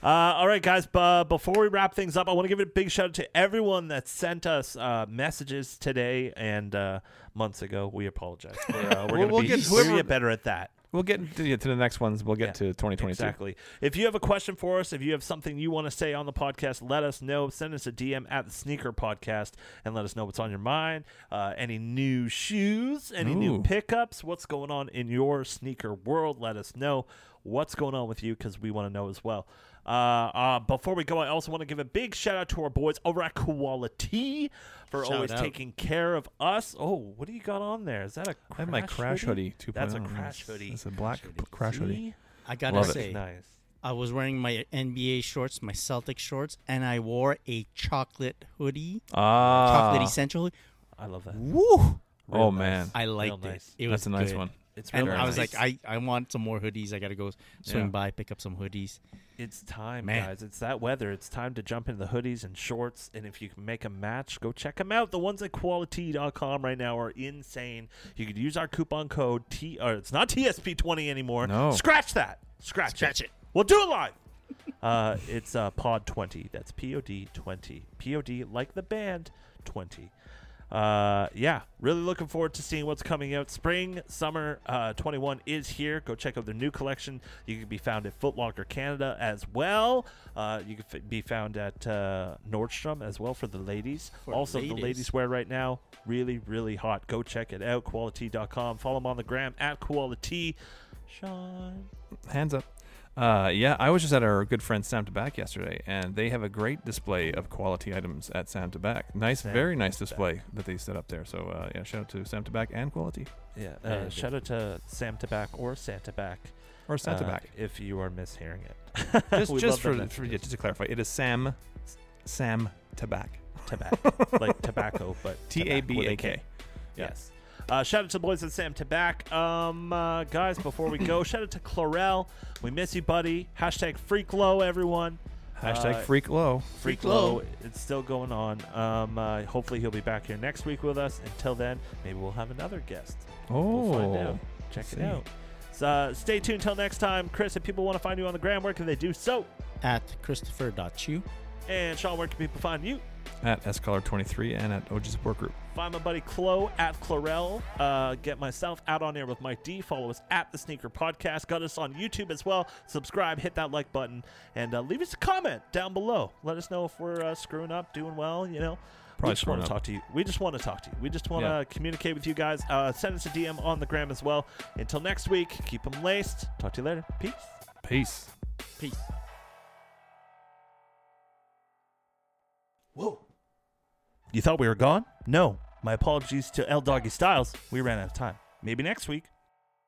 Speaker 4: Uh, all right, guys. But before we wrap things up, I want to give a big shout out to everyone that sent us uh, messages today and uh, months ago. We apologize. We're, uh, we're
Speaker 2: We'll-
Speaker 4: gonna
Speaker 2: we'll
Speaker 4: be,
Speaker 2: get
Speaker 4: we're gonna
Speaker 2: whoever-
Speaker 4: get better at that.
Speaker 2: We'll get to, yeah, to the next ones. We'll get to 2022.
Speaker 4: Exactly. If you have a question for us, if you have something you want to say on the podcast, let us know. Send us a DM at the Sneaker Podcast and let us know what's on your mind. Uh, any new shoes, any new
Speaker 2: Ooh.
Speaker 4: pickups, what's going on in your sneaker world? Let us know what's going on with you because we want to know as well. Uh, uh, before we go, I also want to give a big shout out to our boys over at Quality for
Speaker 3: Shout
Speaker 4: always
Speaker 3: out.
Speaker 4: taking care of us. Oh, what do you got on there? Is that a crash
Speaker 2: I have my crash hoodie. 2.0.
Speaker 4: That's a
Speaker 2: Yes.
Speaker 4: crash hoodie.
Speaker 2: It's a black
Speaker 3: hoodie.
Speaker 2: p- crash hoodie.
Speaker 4: See?
Speaker 3: I gotta
Speaker 2: Love it.
Speaker 3: say,
Speaker 4: Nice.
Speaker 3: I was wearing my NBA shorts, my Celtic shorts, and I wore a chocolate hoodie,
Speaker 2: Ah.
Speaker 3: chocolate essential. hoodie.
Speaker 4: I love that.
Speaker 3: Woo!
Speaker 4: Real
Speaker 2: Oh
Speaker 4: nice.
Speaker 2: man,
Speaker 3: I liked
Speaker 4: nice.
Speaker 3: it. It was
Speaker 2: that's a nice
Speaker 3: good.
Speaker 2: one.
Speaker 4: It's
Speaker 3: And
Speaker 4: real
Speaker 3: I was
Speaker 4: nice.
Speaker 3: like, I, I want some more hoodies. I gotta go swing
Speaker 2: Yeah.
Speaker 3: by, pick up some hoodies.
Speaker 4: it's time,
Speaker 3: Man.
Speaker 4: guys. It's that weather. It's time to jump into the hoodies and shorts. And if you can make a match, go check them out. The ones at quality.com right now are insane. You could use our coupon code T. Or it's not TSP20 anymore.
Speaker 2: No.
Speaker 4: Scratch that. Scratch,
Speaker 3: Scratch it.
Speaker 4: We'll do it live. uh, it's uh, Pod20. That's P O D 20. P O D, like the band, 20. uh, yeah, really looking forward to seeing what's coming out. Spring, summer uh, 21 is here. Go check out their new collection. You can be found at Foot Locker Canada as well. Uh, you can f- be found at uh, Nordstrom as well for the ladies.
Speaker 3: For
Speaker 4: also, the
Speaker 3: ladies.
Speaker 4: ladies wear right now, really, really hot. Go check it out. Quality.com. Follow them on the gram at Quality. Sean.
Speaker 2: hands up. Uh, yeah, I was just at our good friend Sam Toback yesterday, and they have a great display of quality items at Sam Toback. Nice,
Speaker 4: Sam
Speaker 2: very nice display that they set up there. So uh, yeah, shout out to Sam Toback and Quality
Speaker 4: Yeah.
Speaker 3: Yeah,
Speaker 4: Uh,
Speaker 3: good.
Speaker 4: shout out to Sam Tabac or Santa Back.
Speaker 2: or Sam
Speaker 4: uh,
Speaker 2: Toback.
Speaker 4: if you are mishearing it.
Speaker 2: Just,
Speaker 4: we
Speaker 2: just
Speaker 4: love
Speaker 2: for,
Speaker 4: that
Speaker 2: for
Speaker 4: message.
Speaker 2: yeah, just to clarify, it is Sam, Sam Toback.
Speaker 4: Tabac. like tobacco, but
Speaker 2: T A
Speaker 4: tabac
Speaker 2: B
Speaker 4: with
Speaker 2: A K. Yeah.
Speaker 4: Yes. Uh, shout out to the boys at Sam Tabac. Um, uh, guys, before we go, shout out to Chlorel. We miss you, buddy. Hashtag freak low, everyone.
Speaker 2: Hashtag
Speaker 4: Uh,
Speaker 2: Freak Low.
Speaker 4: Freak
Speaker 3: Freak
Speaker 4: low.
Speaker 3: Low.
Speaker 4: It's still going on. Um, uh, hopefully, he'll be back here next week with us. Until then, maybe we'll have another guest.
Speaker 2: Oh,
Speaker 4: We'll find out. Check it
Speaker 2: see.
Speaker 4: out. So, uh, stay tuned till next time. Chris, if people want to find you on the gram, where can they do so?
Speaker 3: At Christopher.chu.
Speaker 4: And Sean, where can people find you?
Speaker 2: at S Color 23 and at OG Support Group.
Speaker 4: Find my buddy Chloe at Chlorel. Uh, get myself out on air with Mike D. Follow us at the Sneaker Podcast. Got us on YouTube as well. Subscribe, hit that like button, and uh, leave us a comment down below. Let us know if we're uh, screwing up, doing well. You know, we
Speaker 2: Probably
Speaker 4: just want to
Speaker 2: screwing up.
Speaker 4: talk to you. We just want to talk to you. We just want to
Speaker 2: Yeah.
Speaker 4: communicate with you guys. Uh, send us a DM on the gram as well. Until next week, keep them laced. Talk to you later. Peace.
Speaker 2: Peace.
Speaker 3: Peace.
Speaker 4: Whoa. You thought we were gone? No. My apologies to L Doggy Styles. We ran out of time. Maybe next week.